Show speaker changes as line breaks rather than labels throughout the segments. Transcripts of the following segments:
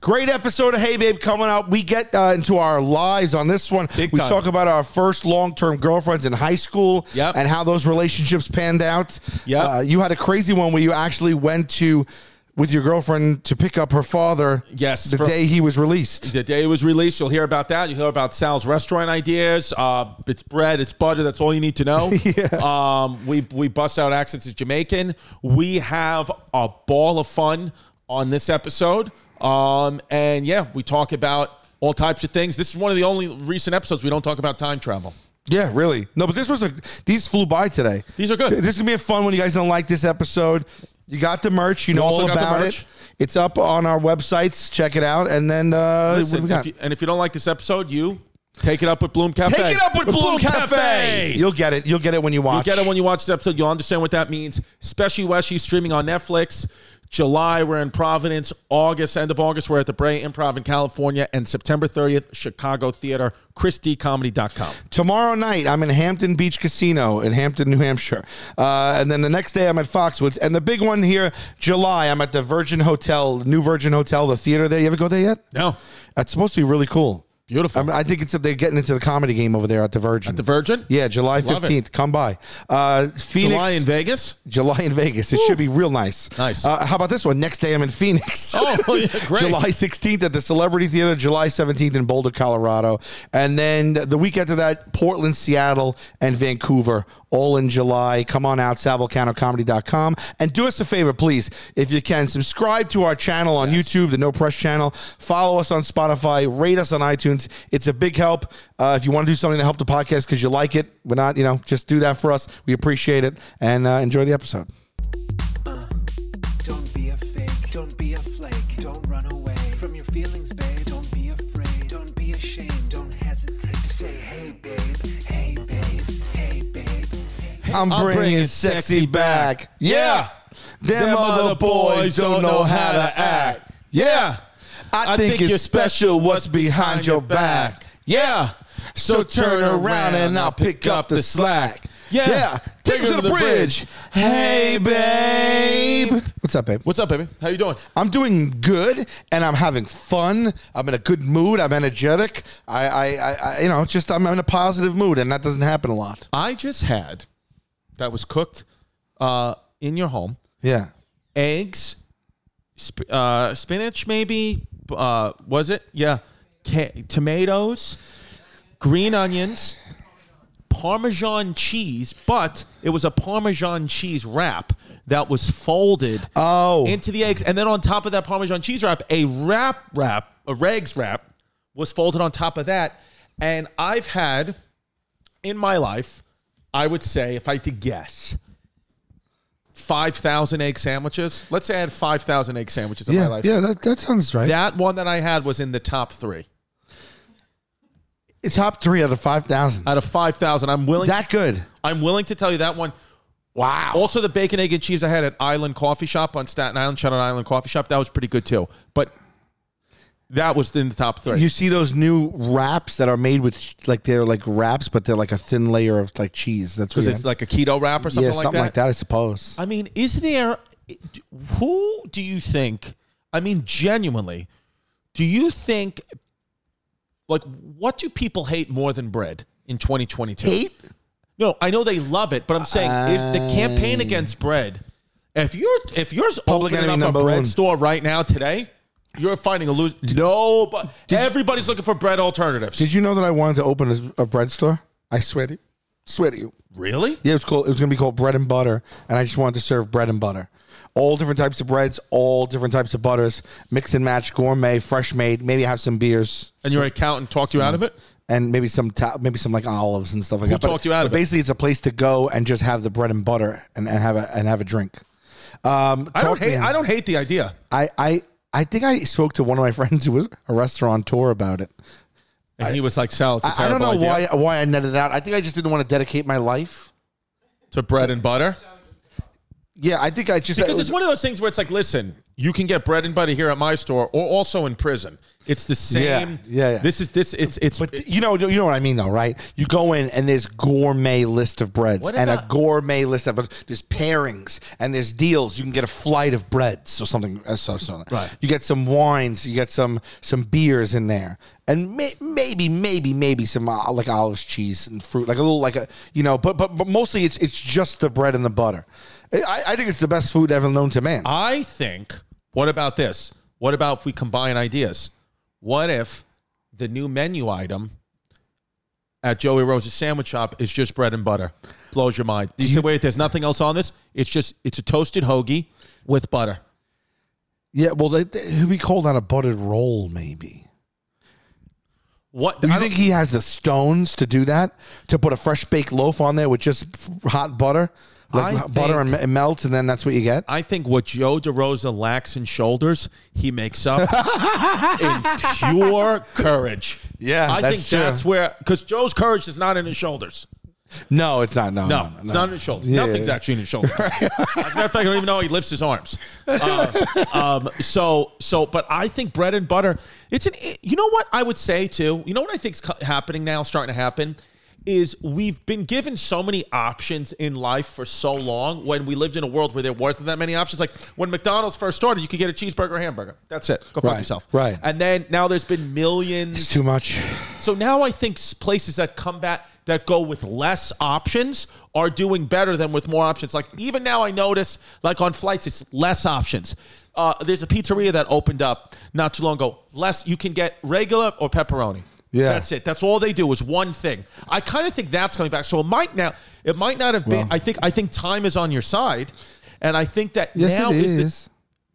Great episode of Hey Babe coming up. We get uh, into our lives on this one.
Big
we
time.
talk about our first long term girlfriends in high school
Yep.
and how those relationships panned out.
Yep.
Uh, you had a crazy one where you actually went to with your girlfriend to pick up her father.
Yes,
the
for-
day he was released.
The day it was released, you'll hear about that. You'll hear about Sal's restaurant ideas. Uh, it's bread, it's butter. That's all you need to know. um, we we bust out accents as Jamaican. We have a ball of fun on this episode. Um, and yeah, we talk about all types of things. This is one of the only recent episodes we don't talk about time travel.
Yeah, really. No, but this was a these flew by today.
These are good.
Th- This is gonna be a fun one. You guys don't like this episode. You got the merch. You know
also
all
got the
about
merch.
it. It's up on our websites. Check it out. And then uh, what do
Listen,
we got?
if you- and if you don't like this episode, you take it up with Bloom Cafe.
Take it up with, Bloom, Cafe. You'll get it. You'll get it when you watch.
You'll get it when you watch this episode. You'll understand what that means. Special Weshy streaming on Netflix. July, we're in Providence. August, end of August, we're at the Bray Improv in California. And September 30th, Chicago Theater, ChristyComedy.com.
Tomorrow night, I'm in Hampton Beach Casino in Hampton, New Hampshire. Uh, and then the next day, I'm at Foxwoods. And the big one here, July, I'm at the Virgin Hotel, New Virgin Hotel, the theater there. You ever go there yet?
No,
That's supposed to be really cool.
beautiful.
I, mean, I think it's they're getting into the comedy game over there at the Virgin.
the Virgin?
yeah, July
Love it.
15th. Come by. Uh, Phoenix.
July in Vegas?
July in Vegas. It should be real nice.
Nice.
Uh, how about this one? Next day, I'm in Phoenix.
Oh, yeah, great.
July 16th at the Celebrity Theater, July 17th in Boulder, Colorado. And then the week after that, Portland, Seattle, and Vancouver, all in July. Come on out, salvolcanocomedy.com. And do us a favor, please, if you can, subscribe to our channel on YouTube, the No Press channel. Follow us on Spotify, rate us on iTunes. It's a big help. Uh, if you want to do something to help the podcast because you like it, we're not, you know, just do that for us. We appreciate it. And uh, enjoy the episode.
Don't be a fake, don't be a flake, don't run away from your feelings, babe. Don't be afraid, don't be ashamed, don't hesitate to say, hey, babe, hey, babe, hey, babe.
I'm bringing,
bringing
sexy
sexy
back.
back.
Yeah. Them,
Them
other,
other
boys,
boys
don't know how to act. Yeah. I, think, you're special what's behind your back. Yeah. So turn around and I'll pick up the slack.
Yeah.
Take him to the bridge. Hey, babe. What's up, babe?
What's up, baby? How you doing?
I'm doing good and I'm having fun. I'm in a good mood. I'm energetic. I, I, I, I you know, just I'm in a positive mood and that doesn't happen a lot.
I just had, that was cooked uh, in your home,
Yeah.
eggs, sp- uh, spinach, maybe. Uh, was it? Yeah. Ca- tomatoes, green onions, Parmesan cheese, but it was a Parmesan cheese wrap that was folded
Oh.
into the eggs. And then on top of that Parmesan cheese wrap, a wrap wrap, a regs wrap was folded on top of that. And I've had in my life, I would say, if I had to guess, 5,000 egg sandwiches. Let's say I had 5,000 egg sandwiches in
yeah.
my life.
Yeah. That, that sounds right.
That one that I had was in the top three.
Top three out of 5,000.
Out of 5,000, I'm willing
That good.
I'm willing to tell you that one. Wow. Also, the bacon, egg, and cheese I had at Island Coffee Shop on Staten Island, Shutter Island Coffee Shop, that was pretty good too. But that was in the top three.
You see those new wraps that are made with sh- like they're like wraps, but they're like a thin layer of like cheese. That's what
because it's like a keto wrap or something,
yeah, something
like, that.
like that, I suppose.
I mean, is there? Who do you think? I mean, genuinely, do you think? Like, what do people hate more than bread in 2022?
Hate?
No, I know they love it, but I'm saying if the campaign against bread, if you're if you're
Public enemy
opening up a
number
bread
one.
store right now today, you're finding a lose. No, but everybody's looking for bread alternatives.
Did you know that I wanted to open a, a bread store? I swear to you. Swear to you.
really?
Yeah, it was called. It was gonna be called bread and butter, and I just wanted to serve bread and butter, all different types of breads, all different types of butters, mix and match, gourmet, fresh made. Maybe have some beers.
And your accountant talked you out of it.
and maybe some ta- maybe some like olives and stuff like that.
talked you out of it?
basically, it's a place to go and just have the bread and butter and, and have a and have a drink. Um,
I don't
talk-
hate.
man,
I don't hate the idea.
I I I think I spoke to one of my friends who was a restaurateur about it.
And he was like, "Sal, it's a
I, I don't
terrible
know
idea.
why why I netted out. I think I just didn't want to dedicate my life.
to bread and butter."
Yeah, I think I just
Because it's one of those things where it's like, listen, You can get bread and butter here at my store, or also in prison. It's the
Yeah,
same.
yeah, yeah.
This is this. It's it's.
But you know, you know what I mean, though, right? You go in and there's gourmet list of breads
What
and a
about-
gourmet list of there's pairings and there's deals. You can get a flight of breads or something. uh, So, so.
Right.
You get some wines. You get some some beers in there, and may, maybe, maybe, maybe some uh, like olives, cheese, and fruit, like a little like a you know. But but but mostly it's it's just the bread and the butter. I, I think it's the best food ever known to man.
I think. What about this? What about if we combine ideas? What if the new menu item at Joey Rose's sandwich shop is just bread and butter? Blows your mind. You, say, wait, there's nothing else on this. It's just it's a toasted hoagie with butter.
yeah. Well, they, they, he'd be called on a buttered roll, maybe.
What
Do
I
you
don't-
think he has the stones to do that? To put a fresh baked loaf on there with just f- hot butter, like
I
hot butter and it melts, and then that's what you get.
I think what Joe DeRosa lacks in shoulders, he makes up in pure courage.
Yeah,
I
that's
think
true.
that's where because Joe's courage is not in his shoulders.
No, it's not. No,
No,
no,
it's
no.
not in his shoulders.
Yeah.
Nothing's actually in his shoulders. As a matter of fact, I don't even know he lifts his arms. Uh, um, so, so, but I think bread and butter. It's an. You know what I would say too. You know what I think's co- happening now, starting to happen, is we've been given so many options in life for so long. When we lived in a world where there wasn't that many options, like when McDonald's first started, you could get a cheeseburger or hamburger. That's it. Go fuck
Right,
yourself.
right.
And then now there's been millions.
It's too much.
So now I think s- places that come back that go with less options are doing better than with more options. Like even now, I notice like on flights, it's less options. Uh, there's a pizzeria that opened up not too long ago. Less you can get regular or pepperoni.
Yeah.
that's it. That's all they do is one thing. I kind of think that's coming back. So it might now. It might not have been.
Well-
I think. I think time is on your side, and I think that
Yes,
now
it is.
the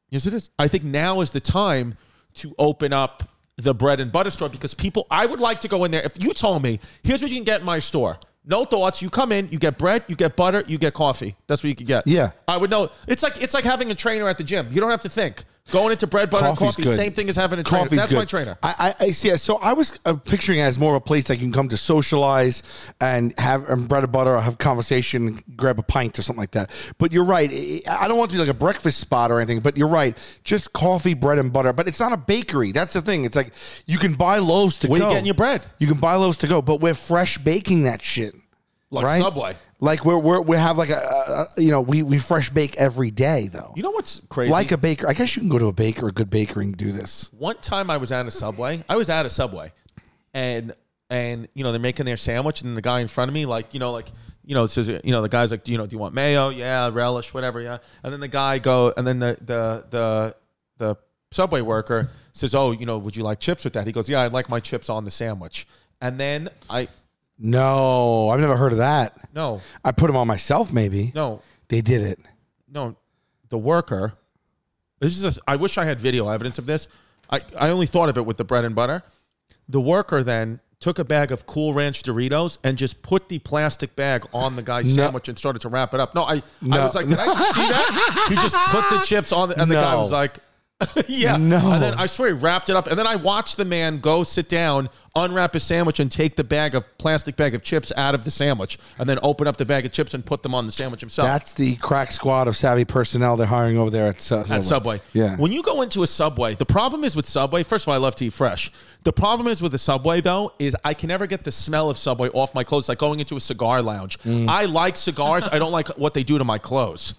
Yes, it is. I think now is the time to open up the bread and butter store because people, I would like to go in there. If you told me, here's what you can get in my store. No thoughts. You come in, you get bread, you get butter, you get coffee. That's what you can get.
Yeah.
I would know. It's like it's like having a trainer at the gym. You don't have to think. Going into bread, butter, and
Coffee's
coffee,
good.
same thing as having a trainer.
Coffee's
That's
good.
my trainer.
I, I, I see. So I was uh, picturing it as more of a place like you can come to socialize and have um, bread and butter, or have conversation, grab a pint or something like that. But you're right. I I don't want it to be like a breakfast spot or anything. But you're right. Just coffee, bread and butter. But it's not a bakery. That's the thing. It's like you can buy loaves to
Where you
go.
getting your bread?
You can buy loaves to go. But we're fresh baking that shit.
Like
right?
Subway.
Like we're, we're we have like a, a a- you know we we fresh bake every day though.
You know what's crazy?
like a baker. I guess you can go to a baker, a good bakery, and do this.
one time I was at a Subway. I was at a Subway, and and you know they're making their sandwich, and the guy in front of me, like you know, like you know, it says you know the guy's like, do you know, do you want mayo? Yeah, relish, whatever. Yeah, and then the guy go, and then the the the the Subway worker says, oh, you know, would you like chips with that? He goes, yeah, I'd like my chips on the sandwich. And then I
No, I've never heard of that.
no
I put them on myself, maybe.
no
They did it.
no, the worker. This is. A, I wish I had video evidence of this. I, I only thought of it with the bread and butter. The worker then took a bag of Cool Ranch Doritos and just put the plastic bag on the guy's
No.
sandwich and started to wrap it up. No, I, I
No.
was like, did I just see that? He just put the chips on, the, and the guy
No.
was like. yeah.
No.
And then I swear he wrapped it up. And then I watched the man go sit down, unwrap his sandwich, and take the bag of plastic bag of chips out of the sandwich, and then open up the bag of chips and put them on the sandwich himself.
That's the crack squad of savvy personnel they're hiring over there at Su- Subway.
at Subway.
Yeah.
When you go into a Subway, the problem is with Subway. First of all, I love to eat fresh. The problem is with the Subway though is I can never get the smell of Subway off my clothes. Like going into a cigar lounge.
Mm.
I like cigars. I don't like what they do to my clothes.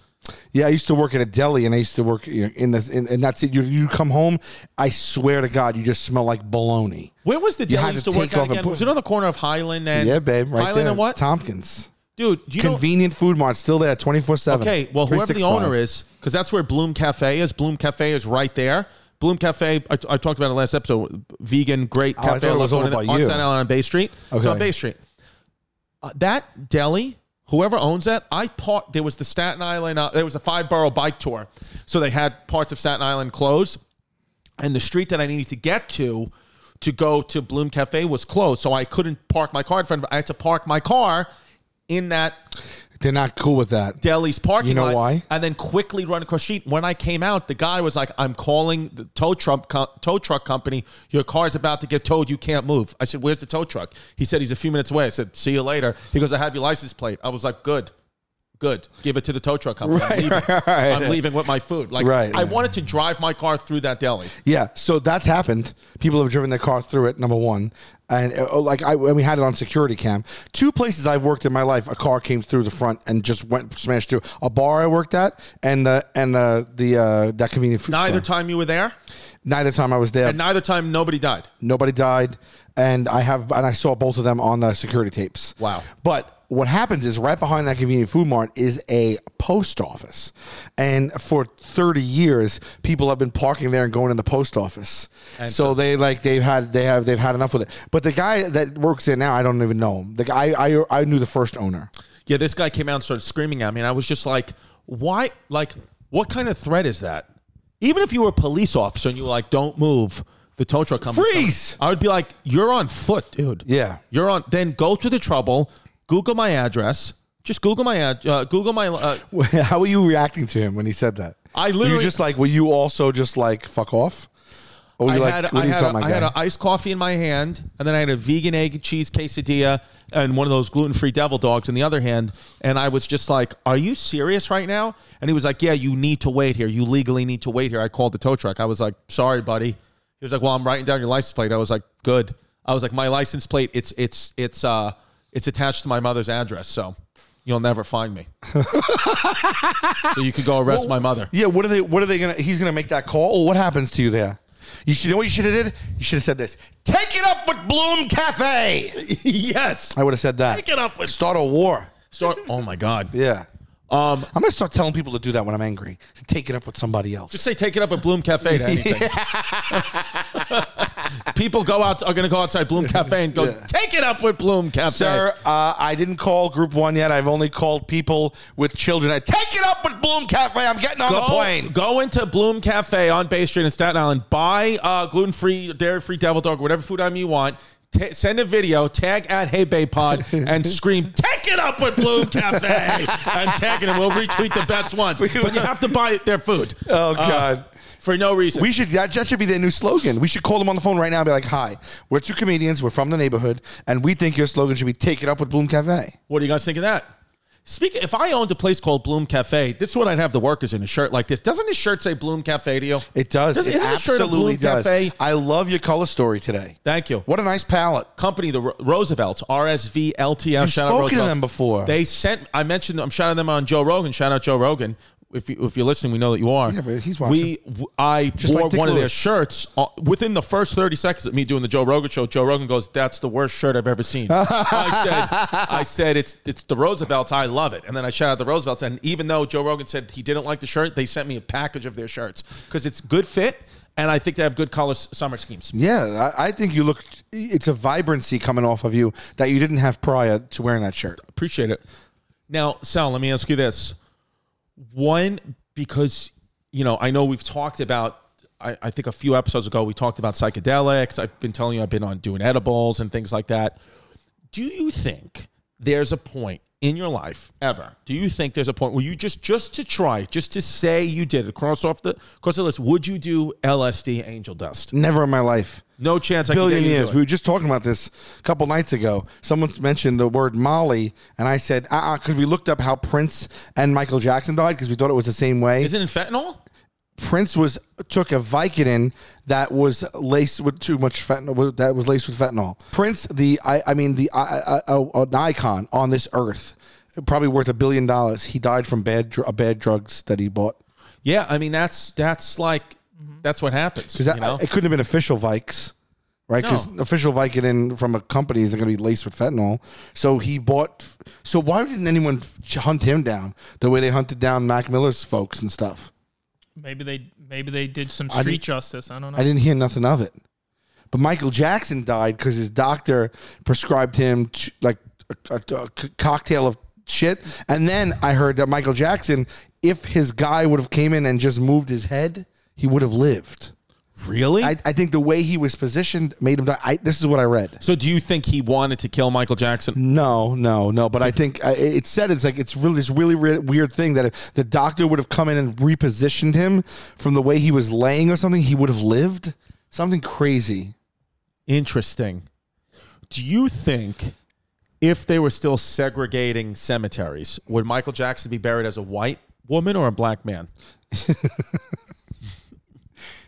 yeah, I used to work at a deli, and I used to work you know, in this, in, and that's it. You you come home, I swear to God, you just smell like bologna.
Where was the
You
deli
had
used
to
to work
take
out
off and
again?
put-
was it on the corner of Highland and
yeah, babe, right
Highland
there.
and what?
Tompkins,
Dude, do you know
convenient food mart, still there, twenty four seven.
Okay, well, whoever the owner is, because that's where Bloom Cafe is. Bloom Cafe is right there. Bloom Cafe, I, I talked about it in the last episode. Vegan, great
Oh, I
cafe.
thought it
love
was
going
over
to
by
that- on
you.
Staten Island on Bay Street. It's on
Okay.
Bay Street. Uh, that deli, whoever owns that, I part. There was the Staten Island. Uh, there was a five borough bike tour, so they had parts of Staten Island closed, and the street that I needed to get to to go to Bloom Cafe was closed, so I couldn't park my car in front of. it. I had to park my car in that
They're not cool with that.
deli's parking
You know
lot,
why?
and then quickly run across the street. When I came out, the guy was like, "I'm calling the tow truck co- tow truck company. Your car's about to get towed. You can't move." I said, "Where's the tow truck?" He said, "He's a few minutes away." I said, "See you later." He goes, "I have your license plate." I was like, "Good." Good. Give it to the tow truck company.
Right,
I'm leaving.
right, right.
I'm leaving with my food. Like
Right.
I wanted to drive my car through that deli.
Yeah, so that's happened. People have driven their car through it. Number one, and uh, oh, like I, and we had it on security cam. Two places I've worked in my life, a car came through the front and just went smashed through. A bar I worked at, and uh, and uh, the uh, that convenient food
Neither
store.
time you were there,
neither time I was there,
and neither time nobody died.
nobody died, and I have and I saw both of them on the security tapes.
Wow.
But what happens is right behind that convenient food mart is a post office. And for 30 years, people have been parking there and going in the post office. so, they like they've had they have they've had enough with it. But the guy that works there now, I don't even know him. The guy I I, I knew the first owner.
Yeah, this guy came out and started screaming at me, and I was just like, "Why? Like, what kind of threat is that?" Even if you were a police officer and you were like, "Don't move," the tow truck company
Freeze!
I would be like, "You're on foot, dude.
Yeah.
you're on." Then go to the trouble. Google my address. Just Google my ad. Uh, Google my. Uh,
How were you reacting to him when he said that? were
I
you
literally-
just like were you also just like fuck off? Or were
I
you like
had
what
I
are you
had,
talking
a,
about?
I had
guy?
an iced coffee in my hand, and then I had a vegan egg and cheese quesadilla and one of those gluten free devil dogs in the other hand, and I was just like, "Are you serious right now?" And he was like, "Yeah, you need to wait here. You legally need to wait here." I called the tow truck. I was like, "Sorry, buddy." He was like, "Well, I'm writing down your license plate." I was like, "Good." I was like, "My license plate. It's it's it's uh it's attached to my mother's address, so you'll never find me." so you could go arrest my mother.
Yeah, what are they? What are they gonna? He's gonna make that call. Or what happens to you there? You should you know what you should have did. You should have said this. Take it up with Bloom Cafe.
yes.
I would have said that.
Take it up with-
Start a war.
Start. Oh my God.
Yeah.
Um.
I'm gonna start telling people to do that when I'm angry. To take it up with somebody else.
Just say take it up at Bloom Cafe to anything. People go out are going to go outside Bloom Cafe and go take it up with Bloom Cafe.
Sir, uh, I didn't call Group One yet. I've only called people with children. I take it up with Bloom Cafe. I'm getting on
go,
the plane.
go into Bloom Cafe on Bay Street in Staten Island. Buy uh, gluten free, dairy free, devil dog, whatever food item you want. Ta send a video, tag at Hey Bay Pod, and scream take it up with Bloom Cafe and tag it, and we'll retweet the best ones. But you have to buy their food.
Oh,
Uh,
God.
for no reason.
We should that, that should be their new slogan. We should call them on the phone right now and be like, "Hi, we're two comedians. We're from the neighborhood, and we think your slogan should be take it up with Bloom Cafe.'"
What do you guys think of that? Speak. If I owned a place called Bloom Cafe, this is what I'd have the workers in a shirt like this. Doesn't this shirt say Bloom Cafe to you?
It does.
Doesn't-
it
isn't the shirt of
absolutely
Blue
does.
Cafe?
I love your color story today.
Thank you.
What a nice palette.
company, the Ro- Roosevelts, RSV LTL.
You've
shout out
spoken to
Roosevelt.
them before.
They sent. I mentioned. I'm shouting them on Joe Rogan. Shout out Joe Rogan. If you if you're listening, we know that you are.
Yeah, but he's
We w- I wore
like Dick
one of their
Lewis.
shirts uh, within the first 30 seconds of me doing the Joe Rogan show. Joe Rogan goes, "That's the worst shirt I've ever seen." I said, "I said it's it's the Roosevelts. I love it." And then I shout out the Roosevelts. And even though Joe Rogan said he didn't like the shirt, they sent me a package of their shirts because it's good fit. And I think they have good color s- summer schemes.
Yeah, I, I think you look. It's a vibrancy coming off of you that you didn't have prior to wearing that shirt.
Appreciate it. Now, Sal, let me ask you this. One, because, you know, I know we've talked about, I, I think a few episodes ago, we talked about psychedelics. I've been telling you I've been on doing edibles and things like that. Do you think there's a point in your life ever? Do you think there's a point where you just, just to try, just to say you did it, cross off the, cross the list, would you do LSD angel dust?
Never in my life.
No chance I could
Billion
get you to
years.
do it.
We were just talking about this a couple nights ago. Someone mentioned the word Molly, and I said, uh uh because we looked up how Prince and Michael Jackson died because we thought it was the same way.
Isn't it fentanyl?
Prince was took a Vicodin that was laced with too much fentanyl. That was laced with fentanyl. Prince, the I, I mean the I, I, I, an icon on this earth, probably worth a billion dollars. He died from bad dr- bad drugs that he bought.
Yeah. I mean, that's, that's like,
Mm-hmm.
that's what happens.
Because
you know?
it couldn't have been official Vikes, right? Because
No.
official Vicodin from a company isn't going to be laced with fentanyl. So he bought. So why didn't anyone hunt him down the way they hunted down Mac Miller's folks and stuff?
Maybe they maybe they did some
didn't-
street justice. I don't know.
I didn't hear nothing of it. But Michael Jackson died because his doctor prescribed him t- like a, a- a c- cocktail of shit. And then I heard that Michael Jackson, if his guy would have came in and just moved his head, he would have lived.
Really?
I, I think the way he was positioned made him die. I, this is what I read.
so do you think he wanted to kill Michael Jackson?
No, no, no. But I think uh, it it said it's like it's really this really re- weird thing that if the doctor would have come in and repositioned him from the way he was laying or something, he would have lived. Something crazy.
Interesting. Do you think if they were still segregating cemeteries, would Michael Jackson be buried as a white woman or a black man?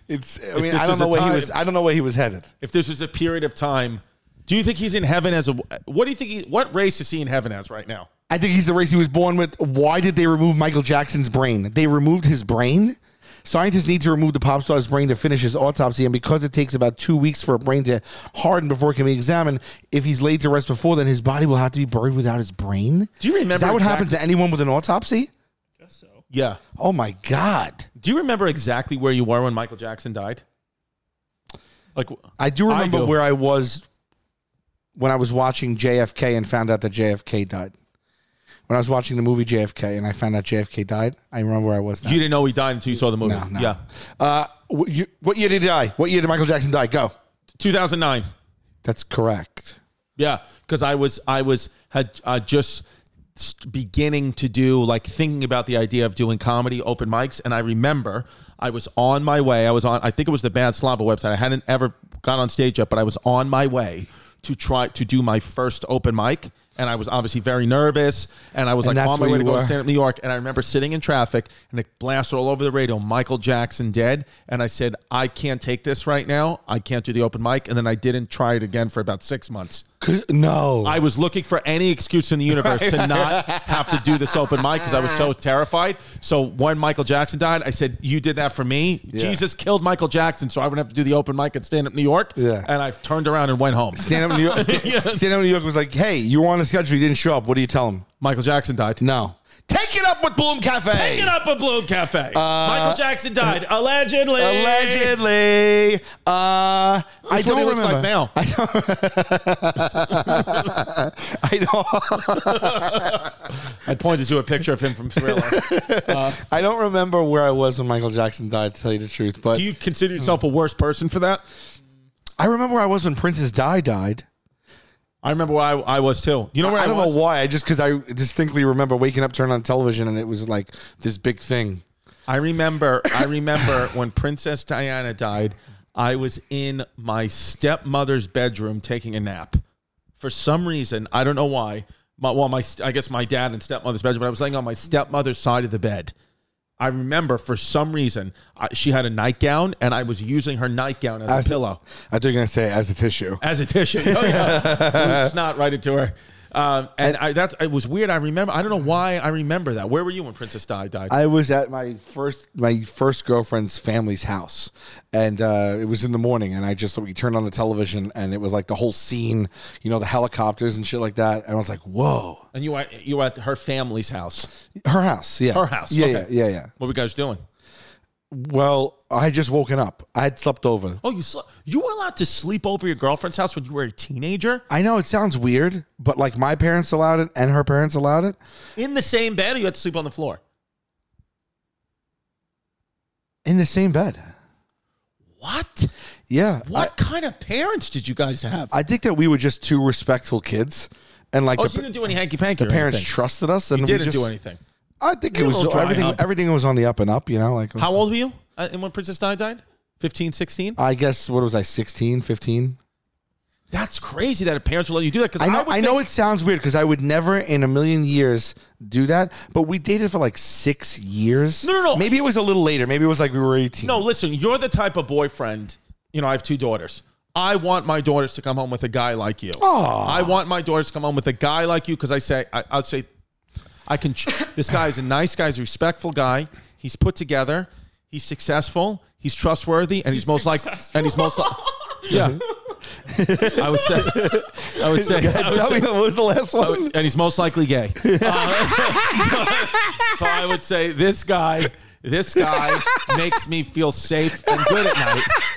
It's. I mean,
this
I don't
is
know
a
where
time-
he was. I don't know where he was headed.
If this was a period of time, do you think he's in heaven as a what do you think he what race is he in heaven as right now?
I think he's the race he was born with. Why did they remove Michael Jackson's brain? They removed his brain. Scientists need to remove the pop star's brain to finish his autopsy, and because it takes about two weeks for a brain to harden before it can be examined, if he's laid to rest before, then his body will have to be buried without his brain.
Do you remember
Is that what
exactly-
happens to anyone with an autopsy?
guess so.
Yeah.
Oh my god!
Do you remember exactly where you were when Michael Jackson died? Like
I do
I
remember
do.
where I was when I was watching JFK and found out that JFK died. When I was watching the movie JFK and I found out JFK died, I remember where I was. Now.
you didn't know he died until you saw the movie.
No, no.
Yeah.
Uh, what, you, what year did he die? What year did Michael Jackson die? Go.
2009.
That's correct.
Yeah, because I was I was had uh, just s- beginning to do like thinking about the idea of doing comedy open mics, and I remember I was on my way. I was on I think it was the Bad Slava website. I hadn't ever got on stage yet, but I was on my way to try to do my first open mic. And I was obviously very nervous, and I was
And
like
that's
on my
where
way to
you
go
were.
to stand up New York. And I remember sitting in traffic, and it blasted all over the radio, "Michael Jackson dead." And I said, "I can't take this right now. I can't do the open mic." And then I didn't try it again for about six months.
'Cause- No.
I was looking for any excuse in the universe to not have to do this open mic because I was so terrified. So when Michael Jackson died, I said, "You did that for me. Jesus killed Michael Jackson, so I would have to do the open mic at Stand Up New York."
Yeah.
And I've turned around and went home.
stand up New York. Stand, Stand up New York was like, "Hey, you were on the schedule. You didn't show up. What do you tell him?
Michael Jackson died.
No. Take it up with Bloom Cafe.
Get up a Bloom Cafe.
Uh,
Michael Jackson died allegedly.
Allegedly, uh, I
That's what
don't
he looks
remember.
like now.
I don't.
I pointed to a picture of him from Thriller.
I don't remember where I was when Michael Jackson died. To tell you the truth, but
do you consider yourself a worse person for that?
I remember where I was when Princess Di died.
I remember where I, I was too. You know where
I
I,
don't
was?
know why. I just because I distinctly remember waking up, turning on television, and it was like this big thing.
I remember I remember when Princess Diana died, I was in my stepmother's bedroom taking a nap. For some reason, I don't know why. My, well, my I guess my dad and stepmother's bedroom, but I was laying on my stepmother's side of the bed. I remember for some reason I, she had a nightgown, and I was using her nightgown as a
As a-
pillow,
I thought you were gonna say as a tissue.
as a tissue. Oh yeah, it was snot right into her. Um, and I, that's it was weird. I remember. I don't know why I remember that. Where were you when Princess Di died?
I was at my first my first girlfriend's family's house, and uh, it was in the morning. And I just we turned on the television, and it was like the whole scene, you know, the helicopters and shit like that. And I was like, "Whoa,
and you were at- you were at her family's house.
her house, yeah,
Her house,
yeah,
okay.
yeah, yeah, yeah."
What were you guys doing?
Well, I had just woken up. I had slept over.
Oh, you slept. You were allowed to sleep over your girlfriend's house when you were a teenager
I know it sounds weird, but like my parents allowed it, and her parents allowed it
in the same bed, or you had to sleep on the floor.
in the same bed.
What?
Yeah, I-
What kind of parents did you guys have?
I think that we were just two respectful kids, and like
oh,
the,
so you didn't do any hanky panky.
the parents trusted us, and
you
we
didn't
just,
do anything.
I think
You're
it
a
was
little dry
everything.
hump.
Everything was on the up and up, you know. Like it was-
How old were you? Uh, and when Princess Di died, 15, 16?
I guess what was I 16, 15?
That's crazy that parents would let you do that. Because
I know. I,
would
know
think-
it sounds weird because I would never in a million years do that. But we dated for like six years.
No, no, no.
Maybe it was a little later. Maybe it was like we were eighteen.
No, listen, you're the type of boyfriend. You know, I have two daughters. I want my daughters to come home with a guy like you. I want my daughters to come home with a guy like you because I say, I, I'll say, I can. tr- this guy is a nice guy. He's a respectful guy. He's put together. He's successful. He's trustworthy, and he's, most like, and he's most like, yeah. I would say, I would say, I would
Tell
say-
me what was the last one?
Oh, and he's most likely gay. Uh, so I would say this guy, this guy makes me feel safe and good at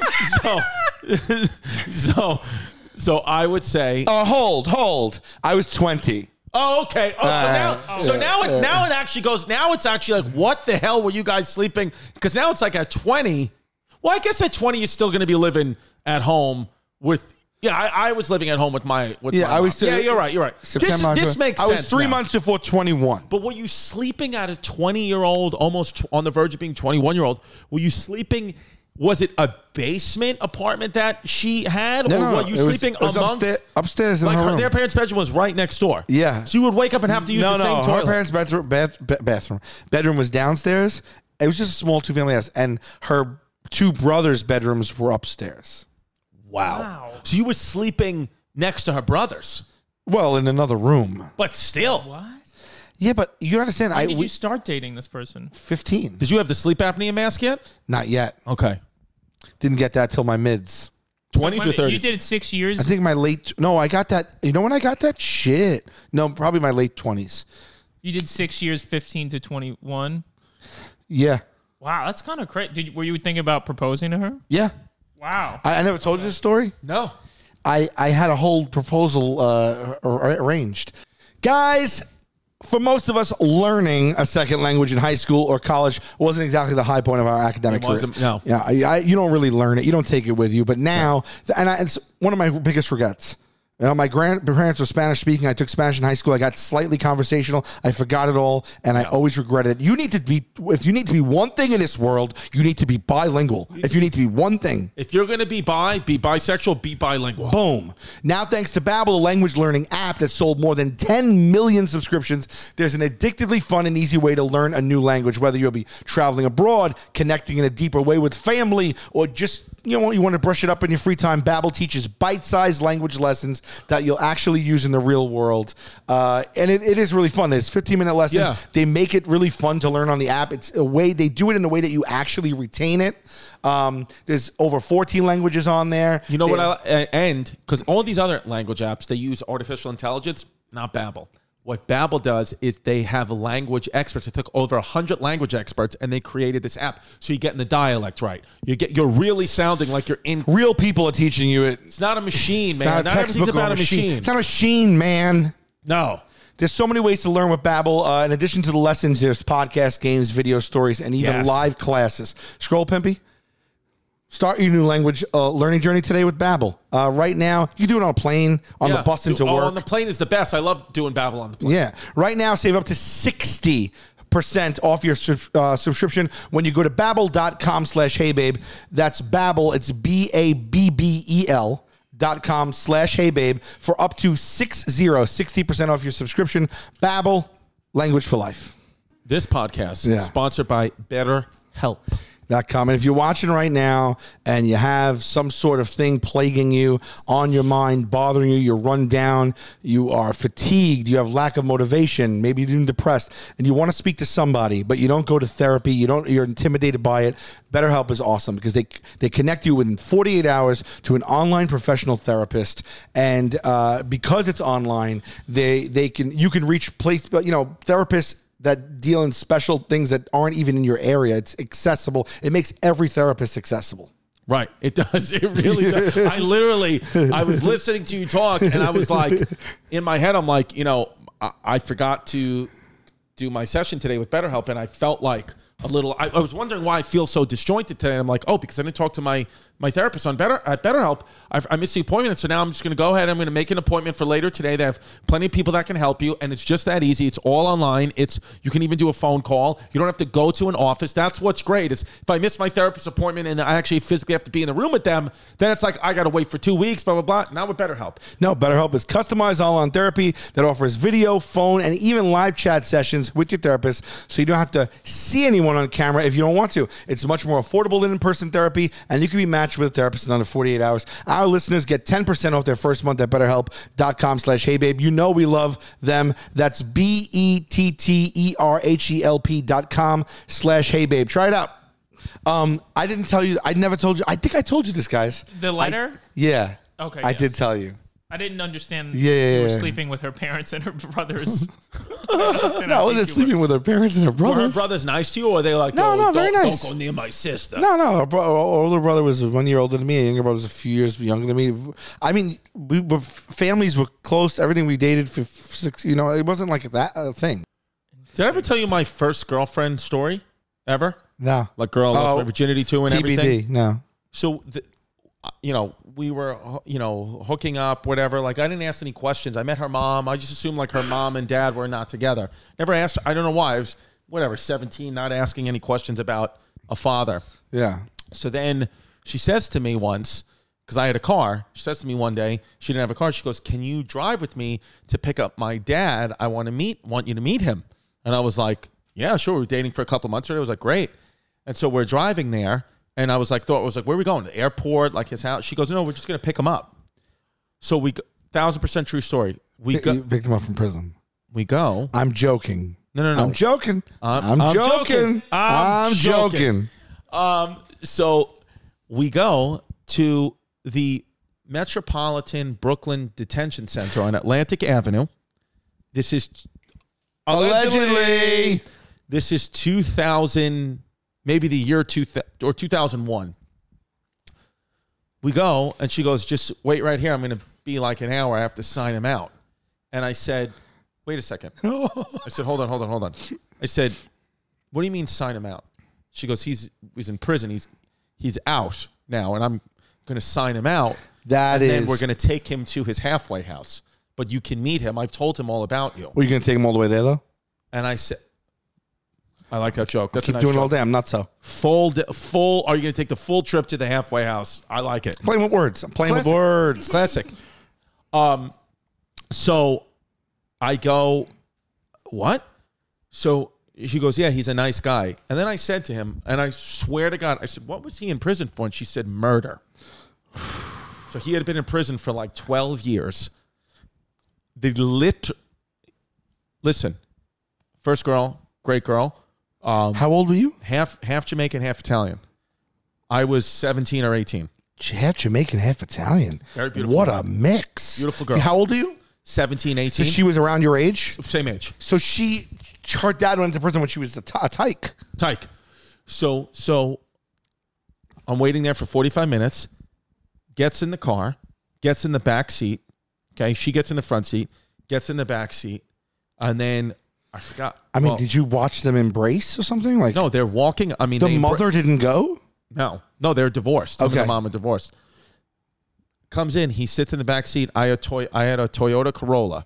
night. So, so, so I would say.
Uh, hold, hold. I was twenty.
Oh, okay. Oh, so
Uh,
now, so now it now it actually goes. Now it's actually like, what the hell were you guys sleeping? Because now it's like at twenty. Well, I guess at twenty you're still going to be living at home with. Yeah, I, I was living at home with my. With
Yeah,
my
I was
Mom.
too-
yeah, you're right. You're right. This,
September,
this
October.
makes
I
sense.
was three
now.
months before twenty-one.
But were you sleeping at a 20 year old, almost tw- on the verge of being 21 year old? Were you sleeping was it a basement apartment that she had,
No,
or
no, no,
were you
it was-
sleeping
it was
amongst?
upsta- upstairs in
like
her
her,
room.
their parents' bedroom was right next door.
Yeah.
she would wake up and have to use
no,
the same
no.
toilet.
Her parents' bedroom, bed, be- bathroom, bedroom was downstairs. It was just a small two-family house, and her two brothers' bedrooms were upstairs.
wow.
Wow.
So you were sleeping next to her brothers,
Well, in another room.
but still,
What?
Yeah, but you understand? I
When did
we-
you start dating this person?
fifteen.
did you have the sleep apnea mask yet?
Not yet.
Okay,
Didn't get that till my mids.
twenties or
Wait a minute, You
thirties.
did it six years.
I think my late. No, I got that. You know when I got that shit? No, probably my late twenties.
you did six years, fifteen to twenty-one.
Yeah,
Wow, that's kind of crazy. Did were you thinking about proposing to her?
yeah.
Wow.
I, I never told you this story.
No,
I, I had a whole proposal uh, ar- arranged. Guys, for most of us, learning a second language in high school or college wasn't exactly the high point of our academic
It
careers.
wasn't, no.
Yeah, I, I, you don't really learn it. You don't take it with you. But now, and I, it's one of my biggest regrets. You know, my grandparents were Spanish speaking. I took Spanish in high school. I got slightly conversational. I forgot it all, and I always regret it. You need to be, if you need to be one thing in this world, you need to be bilingual. If you need to be one thing,
if you're gonna be bi, be bisexual, be bilingual.
Boom. Now, thanks to Babbel, a language learning app that sold more than 10 million subscriptions, there's an addictively fun and easy way to learn a new language, whether you'll be traveling abroad, connecting in a deeper way with family, or just, you know, you want to brush it up in your free time. Babbel teaches bite-sized language lessons that you'll actually use in the real world. Uh, and it, it is really fun. There's 15-minute lessons.
Yeah.
They make it really fun to learn on the app. It's a way they do it in a way that you actually retain it. Um, there's over 14 languages on there.
You know
They-
what? I uh, and because all these other language apps they use artificial intelligence, not Babbel. What Babbel does is they have language experts. They took over hundred language experts and they created this app. So you're getting the dialect right. You get you're really sounding like you're in.
real people are teaching you it.
It's not a machine,
It's not,
man.
a
Not, everything's
textbook or
about
a machine.
machine.
It's not a machine, man.
No.
There's so many ways to learn with Babbel. Uh, in addition to the lessons, there's podcasts, games, video stories, and even
Yes.
live classes. Scroll, Pimpy. Start your new language uh, learning journey today with Babbel. Uh, right now, you can do it on a plane, on
Yeah.
the bus
Do-
into
oh,
work.
on the plane is the best. I love doing Babbel on the plane.
Yeah. Right now, save up to 60 percent off your sub, uh, subscription when you go to babbel.com slash hey babe that's babbel it's b-a-b-b-e-l E dot com slash hey babe for up to 60 60% off your subscription babbel language for life
This podcast
Yeah.
is sponsored by Better Help.
dot com and if you're watching right now and you have some sort of thing plaguing you on your mind bothering you you're run down you are fatigued you have lack of motivation maybe you're even depressed and you want to speak to somebody but you don't go to therapy you don't you're intimidated by it betterhelp is awesome because they they connect you within 48 hours to an online professional therapist and uh, because it's online they they can you can reach place but you know therapists that deal in special things that aren't even in your area. It's accessible. It makes every therapist accessible.
Right. It does. It really does. I literally, I was listening to you talk and I was like, in my head, I'm like, you know, I, I forgot to do my session today with BetterHelp and I felt like a little, I, I was wondering why I feel so disjointed today. And I'm like, oh, because I didn't talk to my, my therapist on Better at BetterHelp. I, I missed the appointment. So now I'm just going to go ahead. I'm going to make an appointment for later today. They have plenty of people that can help you. And it's just that easy. It's all online. It's, you can even do a phone call. You don't have to go to an office. That's what's great is if I miss my therapist appointment and I actually physically have to be in the room with them, then it's like, I got to wait for two weeks, blah, blah, blah. Now with BetterHelp.
No, BetterHelp is customized online therapy that offers video, phone, and even live chat sessions with your therapist so you don't have to see anyone on camera if you don't want to. It's much more affordable than in person therapy, and you can be matched with a therapist in under 48 hours. Our listeners get 10% off their first month at betterhelp.com slash hey babe. You know we love them. That's B E T T E R H E L P dot com slash hey babe. Try it out. Um, I didn't tell you, I never told you, I think I told you this, guys.
The letter?
I- yeah.
Okay,
I
yes.
did tell you.
I didn't understand.
Yeah, yeah,
you were
yeah.
sleeping with her parents and her brothers.
No, I wasn't sleeping with her parents and her
Were
brothers.
her brothers nice to you, or are they like,
Mhm. No,
"Oh,
no,
don't,
very nice.
Don't go near my sister.
No, no. Her, bro- her older brother was one year older than me. Her younger brother was a few years younger than me. I mean, we were families were close. Everything we dated for six. You know, it wasn't like that uh, thing.
Did I ever tell you my first girlfriend story ever?
No,
Like, girl, I lost
Oh,
my virginity to and
TBD.
everything.
No.
So, the, uh, you know, we were, you know, hooking up, whatever. Like, I didn't ask any questions. I met her mom. I just assumed like her mom and dad were not together. Never asked. I don't know why. I was whatever, seventeen, not asking any questions about a father.
Yeah.
So then she says to me once, because I had a car, she says to me one day, she didn't have a car. She goes, Can you drive with me to pick up my dad? I want to meet, want you to meet him. And I was like, Yeah, sure. We were dating for a couple of months already. I was like, Great. And so we're driving there. And I was like, thought I was like, where are we going? The airport, like his house. She goes, no, we're just gonna pick him up. So we, go- thousand percent true story. We
You
go,
picked him up from prison.
we go.
I'm joking.
No, no, no.
I'm joking. I'm,
I'm
joking.
joking. I'm
I'm joking.
joking. Um, so we go to the Metropolitan Brooklyn Detention Center on Atlantic Avenue. This is
Allegedly.
This is 2000, maybe the year 2000 or 2001. We go, and she goes, Just wait right here. I'm going to be like an hour. I have to sign him out. And I said, Wait a second. I said, Hold on, hold on, hold on. I said, What do you mean sign him out? She goes, He's he's in prison. He's he's out now, and I'm going to sign him out.
That
and then
is-
we're going to take him to his halfway house. But you can meet him. I've told him all about you.
Were you going to take him all the way there, though?
And I said, I like that joke. That's a
Keep
nice
doing it all
joke.
day. I'm nuts, so.
Full, di- full. Are you going to take the full trip to the halfway house? I like it.
Playing with words. I'm playing
Classic.
with words.
Classic. Um, so I go, what? So she goes, yeah, he's a nice guy. And then I said to him, and I swear to God, I said, what was he in prison for? And she said, murder. So he had been in prison for like 12 years. The lit, listen, first girl, great girl, um,
How old were you?
half half Jamaican, half Italian. I was 17 or 18.
Half Jamaican, half Italian.
Very beautiful.
What a mix.
Beautiful girl.
How old are you?
17, 18.
So she was around your age?
same age.
So she, her dad went into prison when she was a ty- a tyke.
Tyke. So so I'm waiting there for 45 minutes. Gets in the car, gets in the back seat. Okay, she gets in the front seat, gets in the back seat, and then I forgot.
I mean,
well,
did you watch them embrace or something? Like,
no, they're walking. I mean,
the
they embra-
mother didn't go?
No, no, they're divorced. Him and
Okay.
the mom are divorced. Comes in, he sits in the back seat. I had, toy, I had a Toyota Corolla.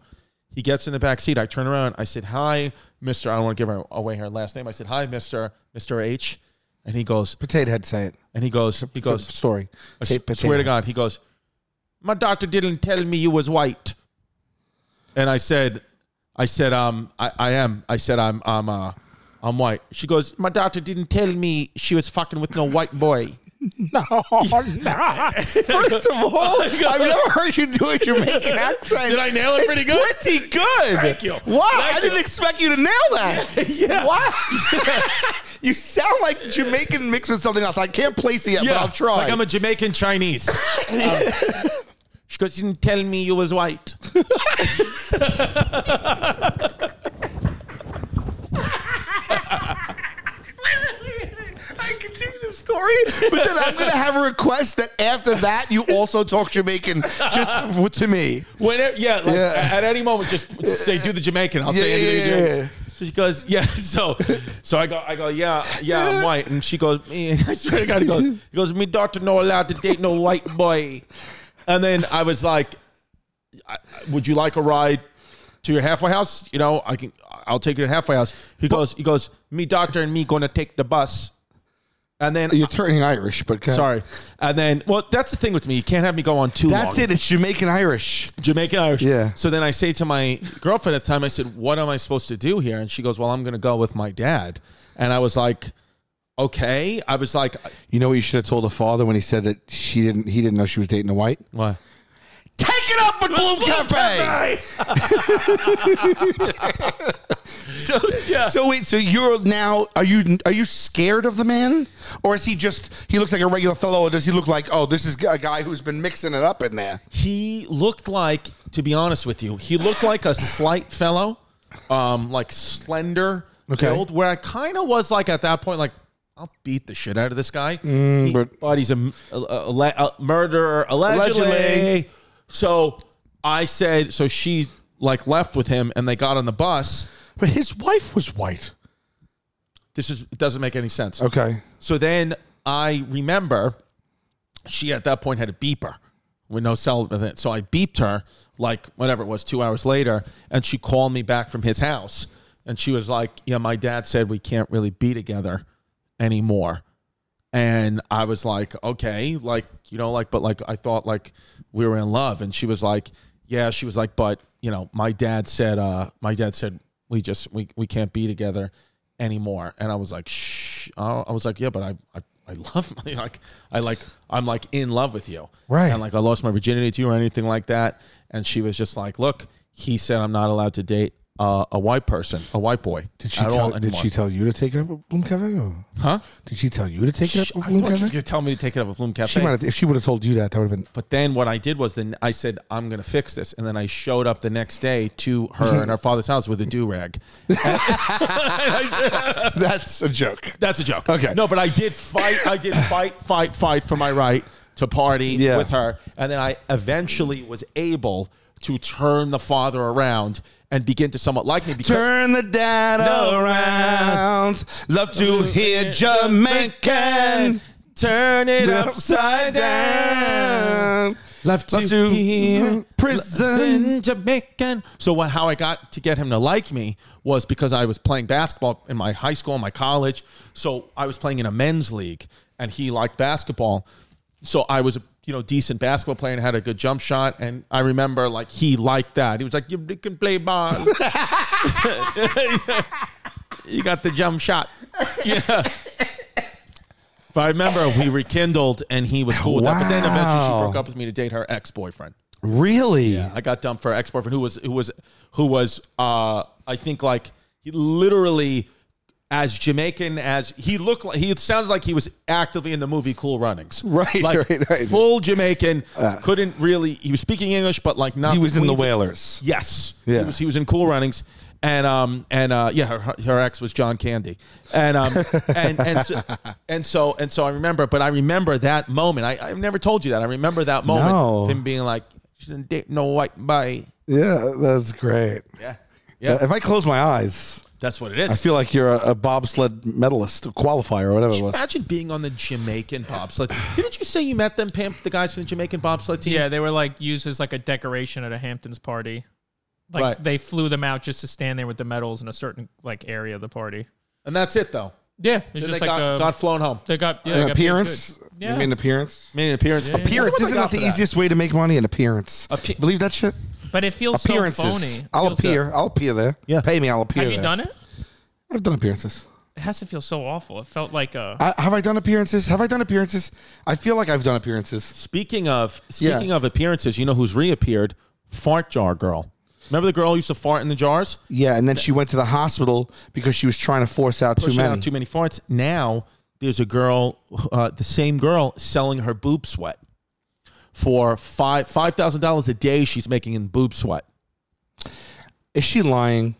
He gets in the back seat. I turn around. I said, "Hi, Mister." I don't want to give her away her last name. I said, "Hi, Mister, Mister H," and he goes,
Potato head say it.
and he goes, he
Good
goes.
story.
I
Say
s-
potato
swear to
head.
God, he goes. My doctor didn't tell me you was white, and I said, I said, um, I, I am. I said, I'm, I'm, uh, I'm white. She goes, my doctor didn't tell me she was fucking with no white boy.
First of all, I've never heard you do a Jamaican accent.
Did I nail it
It's
pretty good?
Pretty good.
Thank you.
Wow,
Thank
I didn't
you.
expect you to nail that.
Yeah.
Wow. you sound like Jamaican mixed with something else. I can't place it yet, but I'll try.
Like I'm a Jamaican Chinese. Um, she goes, you didn't tell me you was white.
I continue the story, but then I'm gonna have a request that after that you also talk Jamaican just for, to me.
Whenever, yeah, like
Yeah.
at any moment, just say do the Jamaican. I'll
Yeah,
say anything.
yeah,
you do.
yeah, yeah.
So she goes, yeah. So, so I go, I go, yeah, yeah, I'm white, and she goes, me. I swear to God, he goes, he goes, me doctor no allowed to date no white boy. And then I was like, I- I- would you like a ride to your halfway house? You know, I can, I'll take you to halfway house. He goes, he goes, me doctor and me gonna take the bus. And then,
You're turning Irish, but go ahead.
sorry, and then, well, that's the thing with me. You can't have me go on too long.
That's it. It's Jamaican Irish.
Jamaican Irish.
Yeah.
So then I say to my girlfriend at the time, I said, What am I supposed to do here? And she goes, Well, I'm going to go with my dad. And I was like, Okay. I was like,
You know what you should have told the father when he said that she didn't. He didn't know she was dating a white.
What?
Take it up with Bloom Cafe.
so, yeah.
So wait, so you're now are you are you scared of the man, or is he just he looks like a regular fellow, or does he look like oh this is a guy who's been mixing it up in there?
he looked like, to be honest with you, he looked like a slight fellow, um, like slender,
Okay.
build, where I kind of was like at that point, like, I'll beat the shit out of this guy. He-
Mm, but-
but, he's a, m- a- a- a- a murderer, allegedly.
Allegedly.
So I said, so she like left with him and they got on the bus.
But his wife was white.
This is, it doesn't make any sense.
Okay.
So then I remember she at that point had a beeper with no cell. with it. So I beeped her like whatever it was two hours later, and she called me back from his house, and she was like, "Yeah, my dad said we can't really be together anymore." And I was like, okay, like, you know, like, but like, I thought like we were in love. And she was like, yeah, she was like, but, you know, my dad said, uh, my dad said, we just, we, we can't be together anymore. And I was like, shh. I I was like, yeah, but I, I, I love my, like, I like, I'm like in love with you.
Right.
And like, I lost my virginity to you or anything like that. And she was just like, look, he said, I'm not allowed to date uh, a white person, a white boy.
Did she
at all
tell? Did
anymore."
she tell you to take it up with Bloom Cafe? or-
Huh?
Did she tell you to take it up with
I
Bloom
thought you were
Cafe?
gonna tell me to take it up with Bloom Cafe.
She might. Have, if she would have told you that, that would have been.
But then what I did was then I said I'm gonna fix this, and then I showed up the next day to her and her father's house with a do rag.
That's a joke.
That's a joke.
Okay.
No, but I did fight. I did fight, fight, fight for my right to party
Yeah.
with her, and then I eventually was able to turn the father around and begin to somewhat like me because
Turn the data
No.
around. Love
Uh,
to hear Jamaican.
turn it
Upside down.
Love to, hear
prison.
prison Jamaican. So what, how I got to get him to like me was because I was playing basketball in my high school, my college. So I was playing in a men's league, and he liked basketball. So I was a you know decent basketball player and had a good jump shot. And I remember like he liked that. He was like, "You can play ball. you got the jump shot." Yeah. But I remember we rekindled and he was cool with that. But then eventually she
Wow.
broke up with me to date her ex boyfriend.
Really?
I got dumped for ex boyfriend who was who was who was uh I think like he literally as Jamaican as he looked like he sounded like he was actively in the movie Cool Runnings.
Right,
Like
right, right. Uh.
full Jamaican, couldn't really he was speaking English but like not
He was in the
Queens-
Whalers.
Yes.
Yeah.
He was, he was in Cool Runnings. And um and uh yeah her, her ex was John Candy and um and and so, and so and so I remember but I remember that moment I I've never told you that I remember that moment
No.
him being like she didn't date no white boy
Yeah, that's great.
yeah yeah
If I close my eyes,
that's what it
I
is
feel like you're a, a bobsled medalist, a qualifier, or whatever it was.
imagine being on the Jamaican bobsled didn't you say you met them Pam the guys from the Jamaican bobsled team
Yeah, they were like used as like a decoration at a Hamptons party. Like
Right.
they flew them out just to stand there with the medals in a certain like area of the party.
and that's it though
Yeah, it's
then
just
they
like um,
got,
a,
got flown home
they got yeah, they
An
got paid
appearance?
good.
You
Yeah,
mean appearance?
made an appearance from
Appearance isn't that the easiest way to make money? An appearance.
Appe-
Believe that shit.
but it feels so
Appearances.
phony. It
I'll
feels so-
appear. I'll appear there.
Yeah.
Pay me. I'll appear.
have you
there.
done it?
I've done appearances.
It has to feel so awful. It felt like uh, a
I, have I done appearances? Have I done appearances? I feel like I've done appearances.
Speaking of
Yeah.
speaking of appearances, you know who's reappeared? Fart jar girl. Remember the girl who used to fart in the jars?
Yeah, and then she went to the hospital because she was trying to force out too
Pushing
many.
out too many farts. Now there's a girl, uh, the same girl, selling her boob sweat for five five thousand dollars a day. She's making in boob sweat.
Is she lying?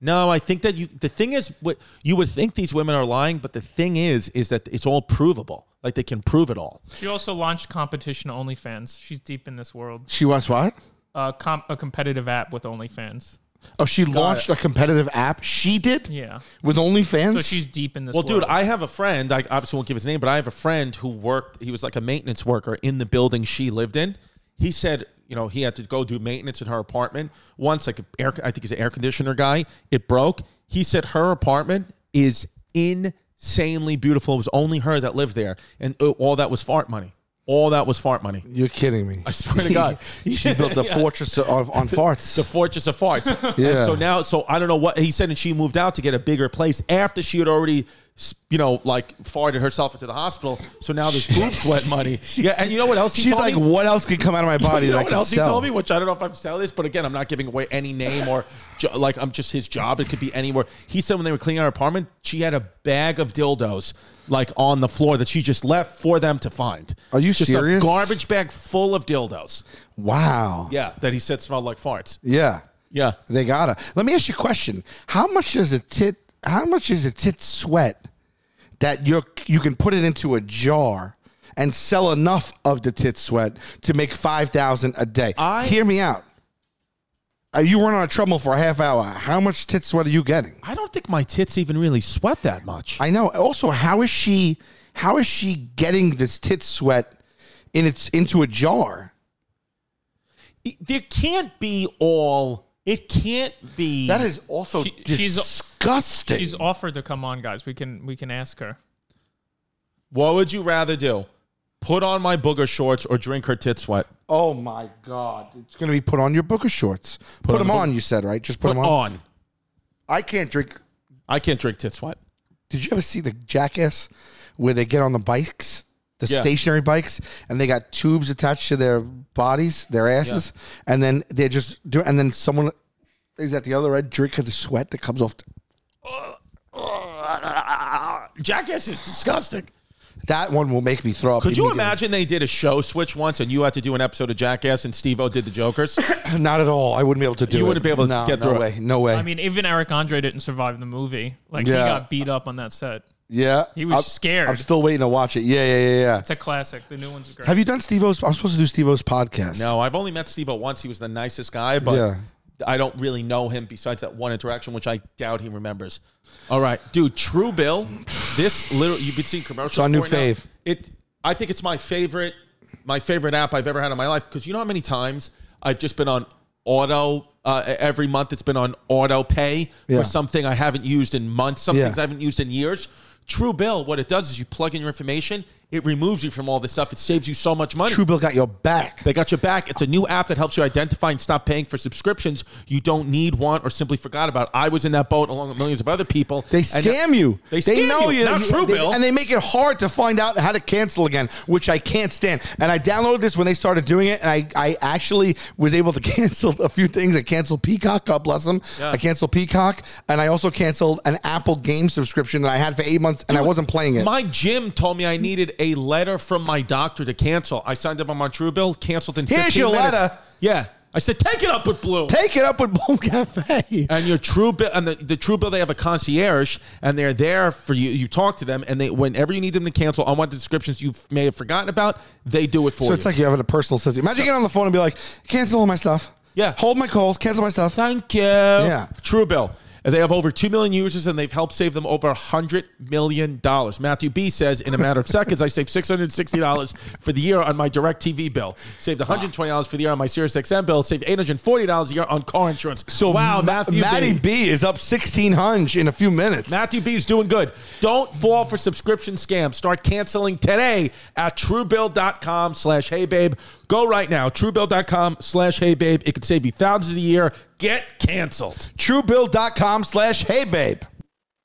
No, I think that you. The thing is, what you would think these women are lying, but the thing is, is that it's all provable. Like they can prove it all.
She also launched competition OnlyFans. She's deep in this world.
She was what?
Uh, com- a competitive app with OnlyFans.
Oh, she launched a competitive app. She did.
Yeah.
With OnlyFans.
So she's deep in this
Well,
world.
dude, I have a friend. I obviously won't give his name, but I have a friend who worked. He was like a maintenance worker in the building she lived in. He said, you know, he had to go do maintenance in her apartment. Once, like, a air, I think he's an air conditioner guy. It broke. He said her apartment is insanely beautiful. It was only her that lived there, and uh, all that was fart money. All that was fart money.
You're kidding me. I
swear to God.
she built a fortress of, on farts.
The Fortress of Farts. And
Yeah.
so now, so I don't know what he said, and she moved out to get a bigger place after she had already, s- you know, like farted herself into the hospital. So now there's boob sweat money. Yeah, and you know what else? He
she's
told
like,
me?
what else could come out of my body
You know
that I
what
could
else
sell?
he told me? Which I don't know if I'm telling this, but again, I'm not giving away any name or jo- like I'm just his job. It could be anywhere. He said when they were cleaning our apartment, she had a bag of dildos like on the floor that she just left for them to find.
Are you
just
serious?
A garbage bag full of dildos.
Wow.
Yeah, that he said smelled like farts.
Yeah.
Yeah.
They gotta. Let me ask you a question. How much does a tit? How much is a tit sweat that you you can put it into a jar and sell enough of the tit sweat to make five thousand a day?
I-
Hear me out. Uh, you weren't on a treadmill for a half hour. How much tit sweat are you getting?
I don't think my tits even really sweat that much.
I know. Also, how is she? How is she getting this tit sweat in its into a jar?
there can't be all. It can't be.
That is also
She- she's-
disgusting.
She's offered to come on, guys. We can we can ask her.
What would you rather do? Put on my booger shorts or drink her tit sweat?
Oh my God! It's gonna be put on your Booker shorts. Put,
on
them
the
on. You said right. Just put,
Put
them on.
on.
I can't drink.
I can't drink tit sweat.
Did you ever see the jackass where they get on the bikes, the
Yeah.
stationary bikes, and they got tubes attached to their bodies, their asses, and then they just do. And then someone is at the other end drinking the sweat that comes off. the-
Jackass is disgusting.
that one will make me throw up.
Could you
immediately.
imagine they did a show switch once and you had to do an episode of Jackass and Steve O did the Jokers?
Not at all. I wouldn't be able to do it.
You wouldn't be able to
no,
get
no
through it.
way. No way.
I mean, even Eric Andre didn't survive the movie. Like he
Yeah.
got beat up on that set.
yeah,
He was
I'm-
scared.
I'm still waiting to watch it. Yeah, yeah, yeah, yeah.
It's a classic. The new one's great.
Have you done Steve O's? I'm supposed to do Steve O's podcast.
no, I've only met Steve O once. He was the nicest guy, but
Yeah.
I don't really know him besides that one interaction, which I doubt he remembers. All right, dude, True Bill. This little you've been seeing commercials.
our new
for it now.
fave.
It. I think it's my favorite, my favorite app I've ever had in my life because you know how many times I've just been on auto. Uh, every month it's been on auto pay
Yeah.
for something I haven't used in months, some
Yeah.
things I haven't used in years. True Bill, what it does is you plug in your information, it removes you from all this stuff. It saves you so much money.
Truebill got your back.
They got your back. It's a new app that helps you identify and stop paying for subscriptions you don't need, want, or simply forgot about. I was in that boat along with millions of other people.
They
And-
scam you.
They scam
know
you. Not true,
they-
Bill.
And they make it hard to find out how to cancel again, which I can't stand. And I downloaded this when they started doing it, and I, I actually was able to cancel a few things. I canceled Peacock, God bless them. I canceled Peacock, and I also canceled an Apple game subscription that I had for eight months, and I wasn't playing it.
My gym told me I needed a letter from my doctor to cancel. I signed up on my True Bill, canceled in 15
Here's your
minutes.
letter.
Yeah. I said, take it up with Blue.
Take it up with Bloom Cafe.
and your true bill and the, the true bill they have a concierge and they're there for you you talk to them and they whenever you need them to cancel unwanted subscriptions you may have forgotten about they do it
So
for you
it's like you're having a personal assistant. Imagine getting on the phone and be like, cancel all my stuff.
Yeah.
Hold my calls, cancel my stuff.
Thank you.
Yeah.
Truebill. They have over 2 million users and they've helped save them over $100 million. Matthew B says, in a matter of seconds, I saved $660 for the year on my direct TV bill. Saved $120 for the year on my Sirius XM bill. Saved $840 a year on car insurance. So, wow,
Ma-
Matthew
Matty
B.
B is up 1600 in a few minutes.
Matthew B is doing good. Don't fall for subscription scams. Start canceling today at truebill.com slash hey babe. Go right now, truebill.com slash hey babe. It can save you thousands a year. Get canceled.
Truebill.com slash hey babe.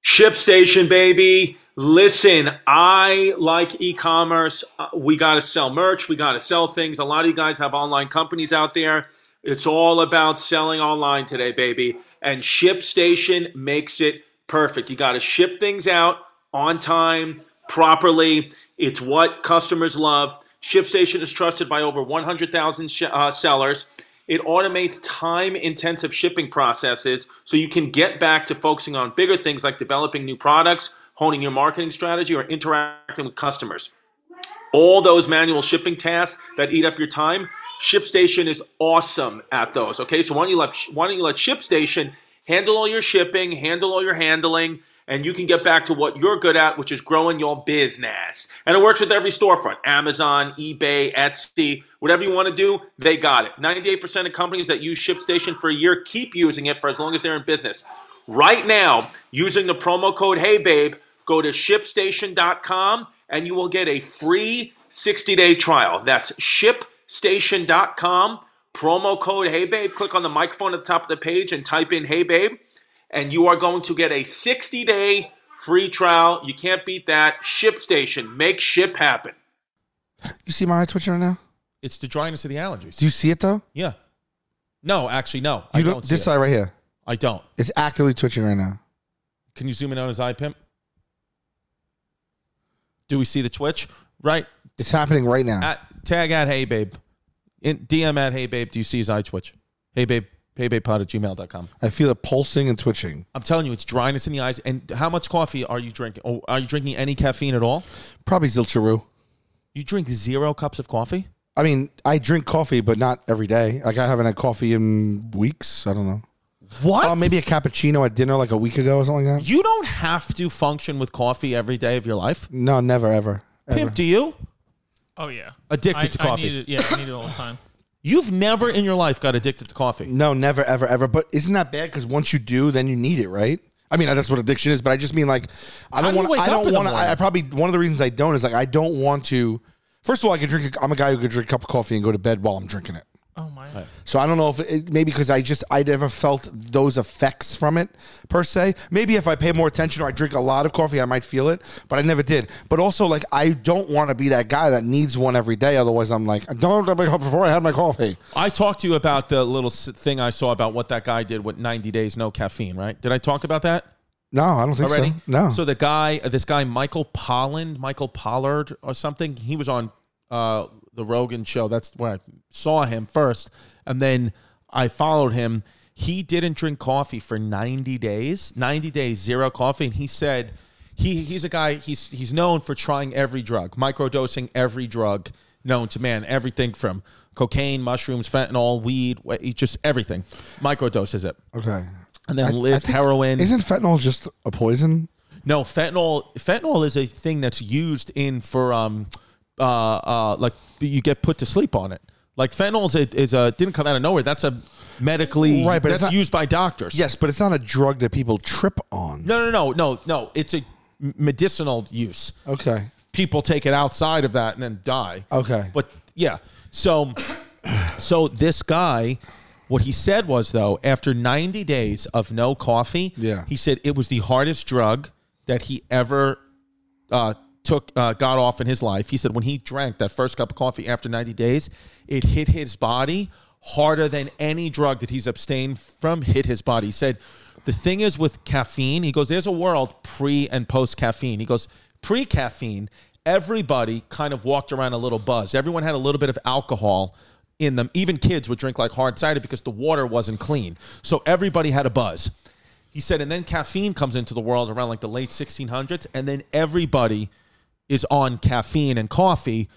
ShipStation, baby. Listen, I like e commerce. We got to sell merch, we got to sell things. A lot of you guys have online companies out there. It's all about selling online today, baby. And ShipStation makes it perfect. You got to ship things out on time, properly. It's what customers love. ShipStation is trusted by over 100,000 sh- uh, sellers. It automates time intensive shipping processes so you can get back to focusing on bigger things like developing new products, honing your marketing strategy, or interacting with customers. All those manual shipping tasks that eat up your time, ShipStation is awesome at those. Okay, so why don't you let why don't you let ShipStation handle all your shipping, handle all your handling, and you can get back to what you're good at, which is growing your business. And it works with every storefront: Amazon, eBay, Etsy, whatever you want to do, they got it. 98% of companies that use ShipStation for a year keep using it for as long as they're in business. Right now, using the promo code HeyBabe, go to shipstation.com and you will get a free 60 day trial. That's shipstation.com, promo code HeyBabe. Click on the microphone at the top of the page and type in HeyBabe, and you are going to get a 60 day free trial. You can't beat that. ShipStation, make ship happen.
You see my eye twitching right now?
It's the dryness of the allergies.
Do you see it though?
yeah. No, actually, no.
You this side right here.
I don't.
It's actively twitching right now.
Can you zoom in on his eye pimp? Do we see the twitch? Right.
It's happening right now.
At, tag at hey babe. In DM at hey babe. Do you see his eye twitch? Hey babe. Hey babe pod at gmail.com.
I feel it pulsing and twitching.
I'm telling you, it's dryness in the eyes. And how much coffee are you drinking? Oh, are you drinking any caffeine at all?
Probably Zilcheroo.
You drink zero cups of coffee?
I mean, I drink coffee, but not every day. Like I haven't had coffee in weeks. I don't know.
What?
Oh, maybe a cappuccino at dinner like a week ago or something like that.
Um, you don't have to function with coffee every day of your life.
No, never, ever. ever.
Pimp, do you?
oh yeah.
Addicted
I-
to
I
coffee.
need it- yeah, I need it all the time.
You've never in your life got addicted to coffee.
No, never, ever, ever. But isn't that bad? Because once you do, then you need it, right?
I mean, that's what addiction is, but I just mean like I
How
don't
do you
want. to
wake
I
up in
don't
the
want to. I, I
morning?
probably one of the reasons I don't is like I don't want to. First of all, I can drink. A, I'm a guy who could drink a cup of coffee and go to bed while I'm drinking it.
Oh my.
So I don't know if it, maybe because I just I never felt those effects from it per se. Maybe if I pay more attention or I drink a lot of coffee, I might feel it, but I never did. But also, like I don't want to be that guy that needs one every day. Otherwise, I'm like, I don't have to wake up before I had my coffee.
I talked to you about the little s- thing I saw about what that guy did with 90 days no caffeine, right? Did I talk about that
No, I don't think
already?
so. No.
So the guy, uh, this guy Michael Polland, Michael Pollard or something, he was on uh, the Rogan show. That's where I saw him first, and then I followed him. He didn't drink coffee for 90 days. 90 days zero coffee, and he said he he's a guy he's he's known for trying every drug, microdosing every drug known to man, everything from cocaine, mushrooms, fentanyl, weed, wh- just everything. Microdoses it.
okay.
And then
I- I
lived
think-
heroin.
Isn't fentanyl just a poison?
No, fentanyl. Fentanyl is a thing that's used in for um, uh, uh, like you get put to sleep on it. Like fentanyl is a, is a didn't come out of nowhere. That's a medically
Right, but it's
that's
not-
used by doctors.
Yes, but it's not a drug that people trip on.
No, no, no, no, no. It's a medicinal use.
Okay.
People take it outside of that and then die.
Okay.
But yeah, so so this guy, what he said was though, after 90 days of no coffee,
Yeah.
he said it was the hardest drug that he ever uh, took uh, got off in his life. He said when he drank that first cup of coffee after 90 days, it hit his body harder than any drug that he's abstained from hit his body. He said the thing is with caffeine, he goes, there's a world pre and post caffeine. He goes, pre caffeine, everybody kind of walked around a little buzz. Everyone had a little bit of alcohol in them. Even kids would drink like hard cider because the water wasn't clean. So everybody had a buzz. He said, and then caffeine comes into the world around like the late 1600s, and then everybody is on caffeine and coffee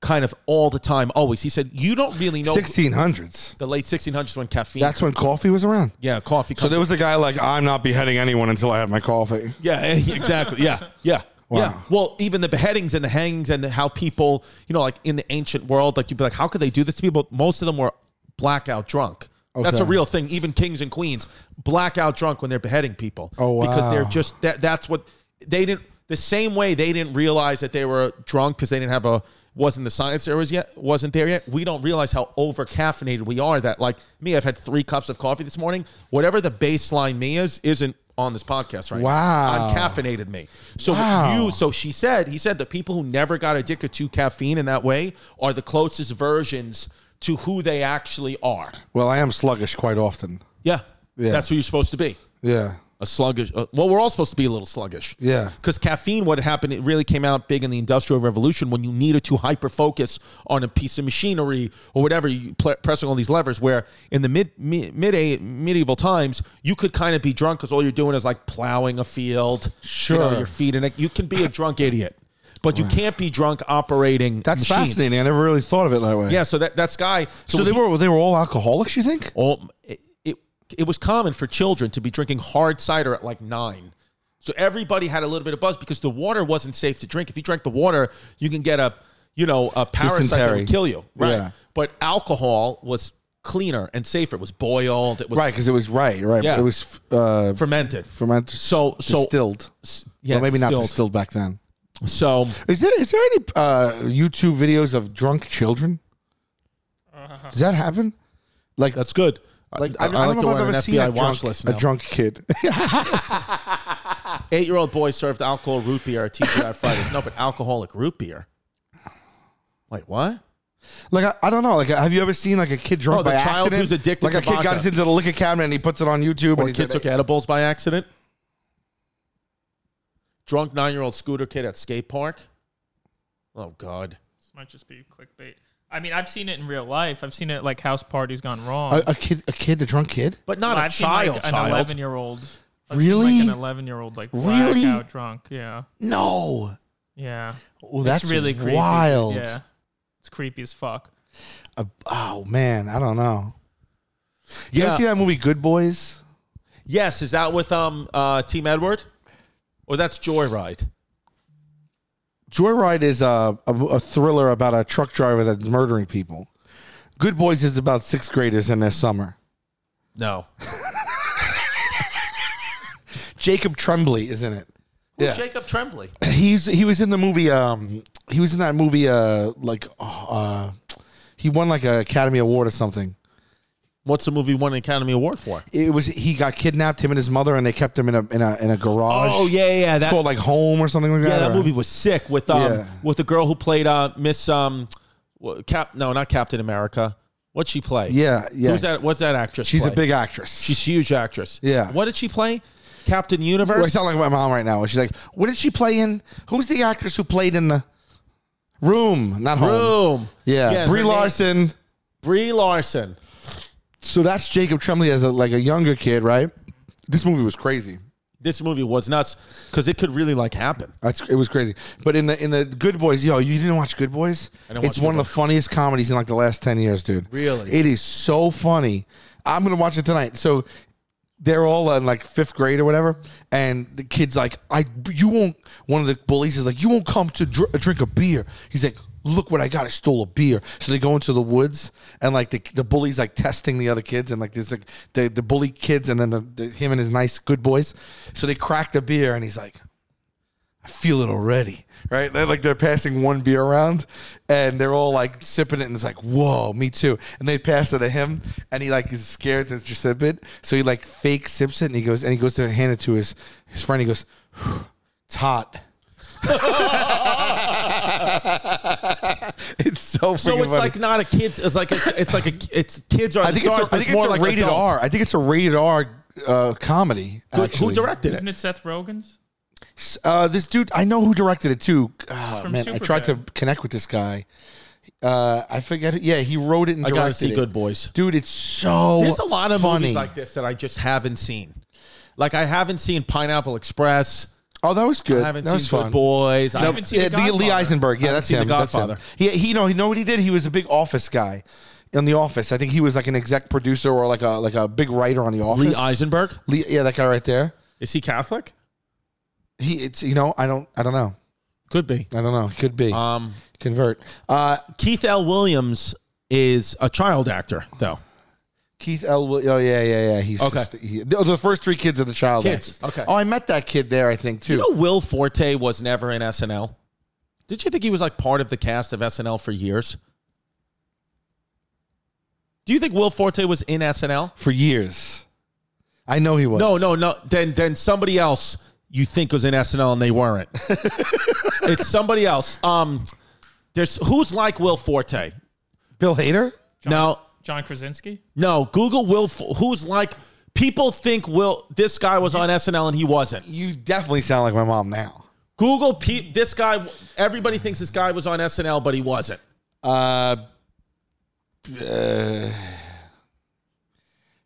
kind of all the time, always. He said, you don't really know
1600s.
the late 1600s when caffeine.
That's when coffee was around.
yeah, coffee.
So
Comes
there was a guy like, I'm not beheading anyone until I have my coffee.
Yeah, eh, exactly. Yeah, yeah.
Wow.
Yeah. Well, even the beheadings and the hangings and the, how people, you know, like in the ancient world, like you'd be like, how could they do this to people? Most of them were blackout drunk. That's a
Okay.
real thing. Even kings and queens, blackout drunk when they're beheading people.
Oh,
Because they're
wow.
just, that, that's what they didn't, the same way they didn't realize that they were drunk because they didn't have a, wasn't the science there was yet, wasn't there yet. We don't realize how over caffeinated we are that like me, I've had three cups of coffee this morning. Whatever the baseline me is, isn't on this podcast right now.
Wow.
I'm caffeinated me. So
Wow.
you so she said he said the people who never got addicted to caffeine in that way are the closest versions to who they actually are.
Well, I am sluggish quite often.
Yeah.
Yeah.
That's who you're supposed to be.
Yeah.
A sluggish. Uh, well, we're all supposed to be a little sluggish.
Yeah.
Because caffeine, what happened, it really came out big in the Industrial Revolution when you needed to hyper focus on a piece of machinery or whatever, you pl- pressing all these levers. Where in the mid, mid, mid medieval times, you could kind of be drunk because all you're doing is like plowing a field. You know,
Sure.
your feet in it. You can be a drunk idiot, but you can't be drunk operating.
That's
machines.
fascinating. I never really thought of it that way.
Yeah. So that that's guy.
So, they
he-
were they were all alcoholics, you think?
all it, it it was common for children to be drinking hard cider at like nine. So everybody had a little bit of buzz because the water wasn't safe to drink. If you drank the water, you can get a you know a parasite that
Dysentery.
would kill you. Right.
Yeah.
But alcohol was cleaner and safer. It was boiled. It was
Right, because it was right, right.
Yeah.
It was uh,
fermented.
fermented,
So- so-
distilled.
yeah,
well, maybe not
distilled.
distilled back then.
So
Is there is there any uh, YouTube videos of drunk children?
Uh-huh.
Does that happen? Like
that's good.
like I, I, don't know if I've ever seen a drunk, a drunk kid.
Eight year old boy served alcohol root beer at teacher that Fridays. No, but alcoholic root beer. Wait, what?
like I, I don't know. Like have you ever seen like a kid drunk
Oh, the
by
child
accident?
who's addicted
like a
to
kid got
vodka.
into the liquor cabinet and he puts it on YouTube
Or
and
a
he
kid
said,
took edibles by accident. Drunk nine year old scooter kid at skate park. Oh God.
This might just be clickbait. I mean, I've seen it in real life. I've seen it like house parties gone wrong.
a, a kid, a kid, a drunk kid.
But not
Well,
a
I've seen,
child.
like, an
child.
eleven-year-old.
Really?
Like an eleven-year-old, like
Really?
blackout drunk. Yeah,
No,
yeah.
well,
It's
that's
really
really
creepy.
wild.
Yeah, it's creepy as fuck.
Uh, oh man, I don't know. You
Yeah.
ever see that movie Good Boys?
Yes, is that with um uh Team Edward? Or that's Joyride.
Joyride is a, a, a thriller about a truck driver that's murdering people. Good Boys is about sixth graders in their summer.
No.
Jacob Tremblay is in it.
Who's Jacob Tremblay?
He's he was in the movie. Um, he was in that movie. Uh, like uh, he won like an Academy Award or something.
What's the movie won an Academy Award for?
It was he got kidnapped him and his mother, and they kept him in a in a in a garage.
Oh, yeah, yeah,
It's
that-
called like Home or something like that.
Yeah, that
or-
movie was sick with um
Yeah.
with the girl who played uh Miss um wha- Cap no not Captain America. What'd she play?
Yeah, yeah.
Who's that? What's that actress?
She's a
play?
big actress.
She's a huge actress.
Yeah.
What did she play? Captain
I
Universe.
sound like my mom right now. She's like, "What did she play in? Who's the actress who played in the Room? Not Home.
Boom.
Yeah, Brie
her name-
Larson.
Brie Larson.
So that's Jacob Tremblay as a, like a younger kid, right? This movie was crazy.
This movie was nuts because it could really like happen.
That's it was crazy. But in the in the Good Boys, yo, you didn't watch Good Boys?
I didn't
It's
watch
one
Good
of the funniest comedies in like the last ten years, dude.
Really?
it is so funny. I'm gonna watch it tonight. So they're all in like fifth grade or whatever, and the kid's like, "I you won't." One of the bullies is like, "You won't come to dr- drink a beer." He's like. Look what I got! I stole a beer. So they go into the woods, and like the, the bully's like testing the other kids, and like there's like the, the bully kids, and then the, the, him and his nice good boys. So they crack the beer, and he's like, feel it already. Right? They're like they're passing one beer around and they're all like sipping it and it's like, whoa, me too. And they pass it to him and he like is scared to just sip it. So he like fake sips it and he goes and he goes to hand it to his his friend. He goes, "Whew, it's hot. it's so freaking
So it's
funny.
like not a kids. It's like a, it's like a it's kids are.
I
the
think it's,
stars,
a,
but
I think it's
more
a
like
rated
adults.
R. I think it's a rated R uh, comedy.
Who- Who
actually.
directed
Isn't
it?
it Seth Rogen's?
Uh, this dude, I know who directed it too. Ah,
From
man, I tried to
Superbad.
connect with this guy. Uh, I forget. who- Yeah, he wrote it and
I
directed
gotta see
it.
Good Boys.
Dude, it's so
There's a lot of
funny.
movies like this that I just haven't seen. Like I haven't seen Pineapple Express.
Oh, that was good.
I haven't
that
seen
was
Good
fun.
Boys. I
No,
haven't
but-
seen
seen
yeah,
The
the- Lee
Godfather.
eisenberg yeah
I haven't
that's
seen
him
The
that's him.
Godfather.
yeah he you know you know what he did he was a big office guy in the office i think he was like an exec producer or like a like a big writer on the office
Lee Eisenberg.
Lee- yeah that guy right there
Is he Catholic?
he it's you know i don't i don't know
Could be.
i don't know He could be
Um,
convert uh
Keith L. Williams is a child actor, though.
Keith L. Will- Oh yeah, yeah, yeah. He's
Okay.
just- he- the, the first three kids of the child.
Kids,
actors.
okay.
Oh, I met that kid there. I think too.
You know, Will Forte was never in SNL. Did you think he was like part of the cast of SNL for years? Do you think Will Forte was in SNL?
For years, I know he was.
No, no, no. Then, then somebody else you think was in SNL and they weren't. it's somebody else. Um, there's who's like Will Forte?
Bill Hader.
No,
John Krasinski?
no. Google Will. Fo- Who's like? People think Will. This guy was on SNL and he wasn't.
You definitely sound like my mom now.
Google Pete. This guy. Everybody thinks this guy was on SNL, but he wasn't.
Uh, uh,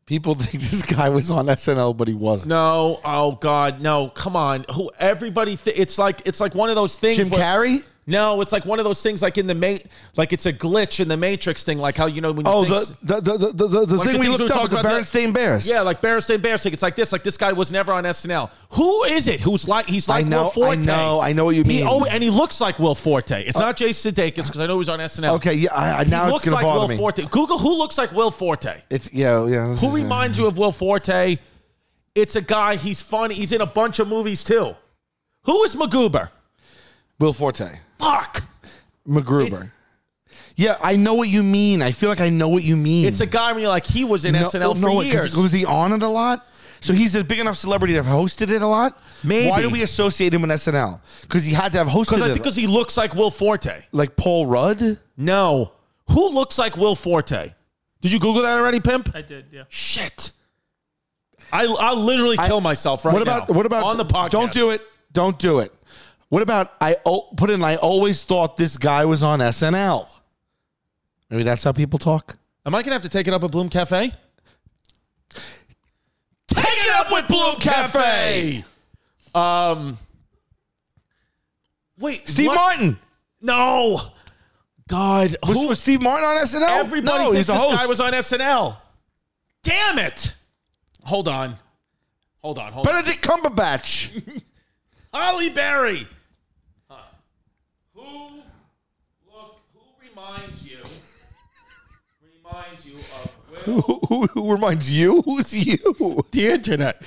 people think this guy was on SNL, but he wasn't.
No. Oh God. No. Come on. Who? Everybody. Th- it's like it's like one of those things.
Jim
where-
Carrey.
No, it's like one of those things, like in the mate, like it's a glitch in the Matrix thing, like how you know when you
Oh,
think
the the the the, the, the
the
thing we
things we
looked up,
talked
the
about, the-
Berenstain Bears.
Yeah, like Berenstain Bears thing. It's like this. Like this guy was never on SNL. Who is it? Who's like he's like
I know-
Will Forte.
I know- I know what you
He-
mean.
oh, and he looks like Will Forte. It's not Jay Sudeikis because I know he's on SNL.
Okay. Yeah. I, I,
He
now it's
looks
gonna
like
bother
Will
me.
Forte. Google who looks like Will Forte.
It's yeah. Yeah. uh,
Who reminds you of Will Forte? It's a guy. He's funny. He's in a bunch of movies too. Who is Magoober?
Will Forte.
Fuck.
MacGruber. Yeah, I know what you mean. I feel like I know what you mean.
It's a guy when you're like he was in SNL for
no, 'cause
years.
Was he on it a lot? So he's a big enough celebrity to have hosted it a lot.
Maybe.
Why do we associate him with SNL? Because he had to have hosted
Because I
it.
think because he looks like Will Forte.
like Paul Rudd.
No. Who looks like Will Forte? Did you Google that already, Pimp?
I did, yeah.
Shit. I I'll literally kill myself right
what about
now.
what about
on the podcast?
Don't do it. Don't do it. What about I o- put in? I always thought this guy was on SNL. Maybe that's how people talk.
Am I gonna have to take it up at Bloom Cafe? Take it up with Bloom Cafe. Um. Wait,
Steve
what?
Martin
No. God,
was,
who?
was Steve Martin on SNL?
everybody
no,
thinks
he's a
this
host.
guy was on SNL. Damn it! Hold on. Hold on. Hold on.
Benedict Cumberbatch.
Holly Berry. Who look? Who reminds you? reminds you of Will?
who, who, who reminds you? Who's you?
the internet?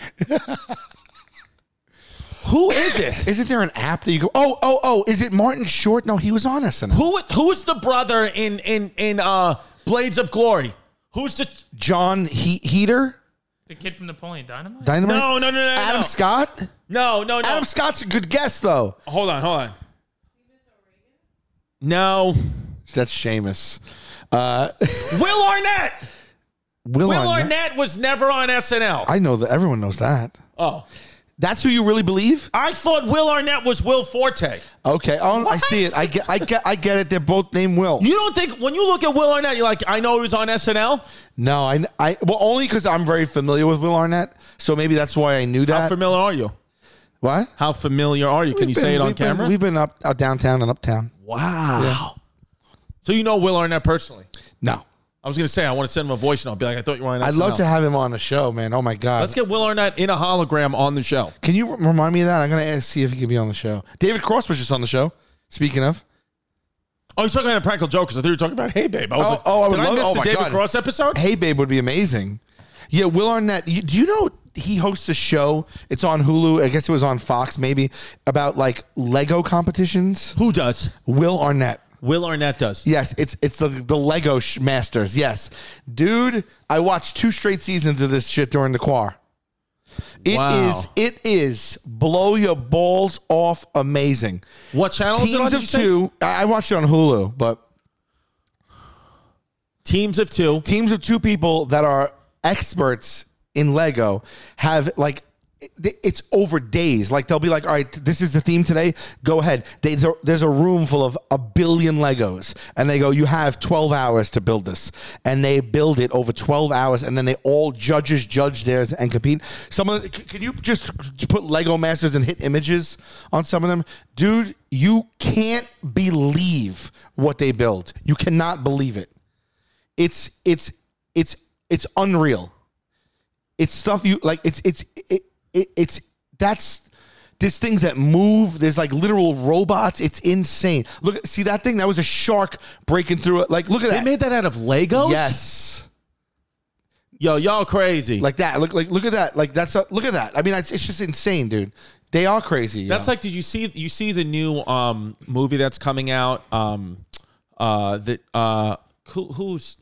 Who is it?
Isn't there an app that you go? Oh, oh, oh! Is it Martin Short? No, he was on SNL.
Who who's the brother in in in uh Blades of Glory? Who's the
John he- Heater?
The kid from Napoleon Dynamite.
Dynamite?
No, no, no, no,
Adam
no.
Scott?
No, no, no.
Adam Scott's a good guess, though.
hold on, hold on. No.
That's Seamus. Uh,
Will Arnett.
Will,
Will
Arnett.
Arnett was never on SNL.
I know that everyone knows that.
oh.
That's who you really believe?
I thought Will Arnett was Will Forte.
Okay. Oh, I see it. I get, I get, I get it. They're both named Will.
You don't think when you look at Will Arnett, you're like, I know he was on SNL.
no, I, I, well, only because I'm very familiar with Will Arnett, so maybe that's why I knew
How
that.
familiar are you?
what?
How familiar are you? Can you
We've been-
say it on
we've been-
camera?
we've been up, out downtown and uptown.
wow. So you know Will Arnett personally.
No,
I was gonna say I want to send him a voice note. Be like, I thought you were on.
I'd love
SNL.
to have him on the show, man. Oh my god.
Let's get Will Arnett in a hologram on the show.
Can you re- remind me of that? I'm gonna ask, see if he can be on the show. David Cross was just on the show. Speaking of,
Oh, you're talking about practical jokers. I thought you were talking about Hey Babe. I was
Oh,
like,
oh, I would
did I
love-
miss
oh
the
my
David
God.
Cross episode?
Hey Babe would be amazing. Yeah, Will Arnett. You, do you know he hosts a show? It's on Hulu. I guess it was on Fox, maybe about like Lego competitions.
Who does?
Will Arnett.
Will Arnett does.
Yes, it's it's the, the Lego sh- Masters. Yes, dude, I watched two straight seasons of this shit during the quar. It is
Wow.
it is blow your balls off amazing.
What channel is it on,
Teams
did
of
you say?
two. I I watched it on Hulu, but
Teams of two.
teams of two people that are experts in Lego have like it- it's over days. Like they'll be like, "All right, this is the theme today. Go ahead." They, there- there's a room full of a billion Legos, and they go, "You have 12 hours to build this," and they build it over 12 hours, and then they all judges judge theirs and compete. Some of the, c- can you just put Lego Masters and hit images on some of them, dude? You can't believe what they build. You cannot believe it it's it's it's it's unreal. It's stuff you like. It's it's it, it it's that's there's things that move. There's like literal robots. It's insane. Look, see that thing? That was a shark breaking through it. Like look at
They
that.
made that out of Legos.
yes,
Yo, y'all crazy.
like that. Look like look at that. Like that's a, look at that. I mean, it's, it's just insane, dude. They are crazy.
That's like, did you see you see the new um, movie that's coming out? Um, uh, that uh, who, who's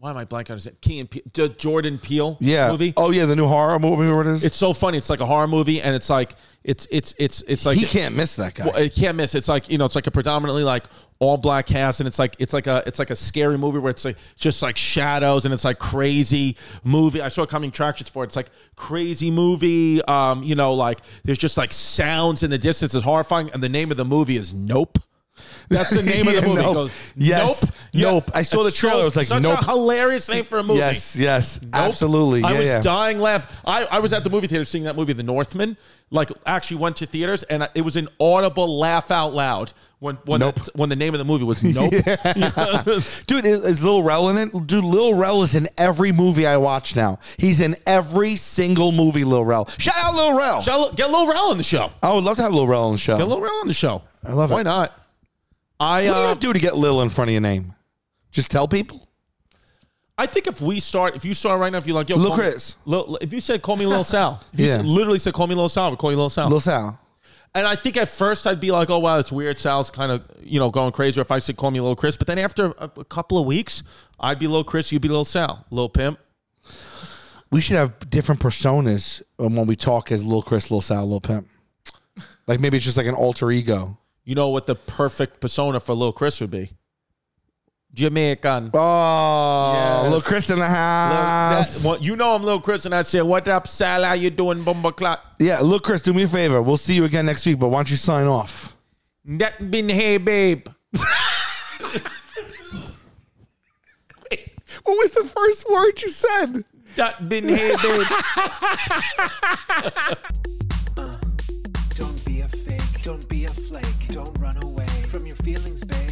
why am I blanking on his name? Key and Pe- the Jordan Peele
yeah.
movie.
Oh yeah, the new horror movie. Or what it is?
It's so funny. It's like a horror movie, and it's like it's it's it's it's like
he can't miss that guy.
Well, it can't miss. It's like you know, it's like a predominantly like all black cast, and it's like it's like a it's like a scary movie where it's like just like shadows, and it's like crazy movie. I saw coming attractions for it. it's like crazy movie. Um, you know, like there's just like sounds in the distance. It's horrifying, and the name of the movie is Nope. That's the name of
Yeah,
the movie. It
Nope.
goes,
Yes.
Yeah.
Nope. I saw
It's
the trailer. I was like,
such
Nope.
a hilarious name for a movie.
yes, yes,
Nope.
absolutely.
I
yeah,
was
yeah.
dying laugh. I, I was at the movie theater seeing that movie, The Northman. Like, actually went to theaters, and I- it was an audible laugh out loud when when
Nope.
the, when the name of the movie was Nope.
Dude, is, is Lil Rel in it? Dude, Lil Rel is in every movie I watch now. He's in every single movie, Lil Rel. Shout out Lil Rel.
Shall I- get Lil Rel on the show.
I would love to have Lil Rel on the show.
Get Lil Rel on the show.
Oh. I love
Why
it.
not? I
what do you
uh,
gonna do to get Lil in front of your name? Just tell people?
I think if we start, if you start right now, if you're like, yo,
Lil
call me-
Chris.
Lil- if you said, call me Lil Sal. If you
Yeah.
said- literally said, call me Lil Sal, we call you Lil Sal.
Lil Sal.
And I think at first I'd be like, oh, wow, it's weird. Sal's kind of, you know, going crazy. Or if I said, call me Little Chris. But then after a, a couple of weeks, I'd be Little Chris, you'd be Little Sal, Little Pimp.
We should have different personas um, when we talk as Lil Chris, Lil Sal, Lil Pimp. Like maybe it's just like an alter ego.
You know what the perfect persona for Little Chris would be? Jamaican.
Oh,
Yes.
Lil Chris in the house.
That- well, you know I'm Little Chris, and I said, what up, Sal? How you doing, Bumba Clock?
yeah, Lil Chris, do me a favor. We'll see you again next week, but why don't you sign off?
That been hey, babe.
What was the first word you said?
That been hey, babe.
Don't be a fake, don't be a flake, don't run away from your feelings, babe.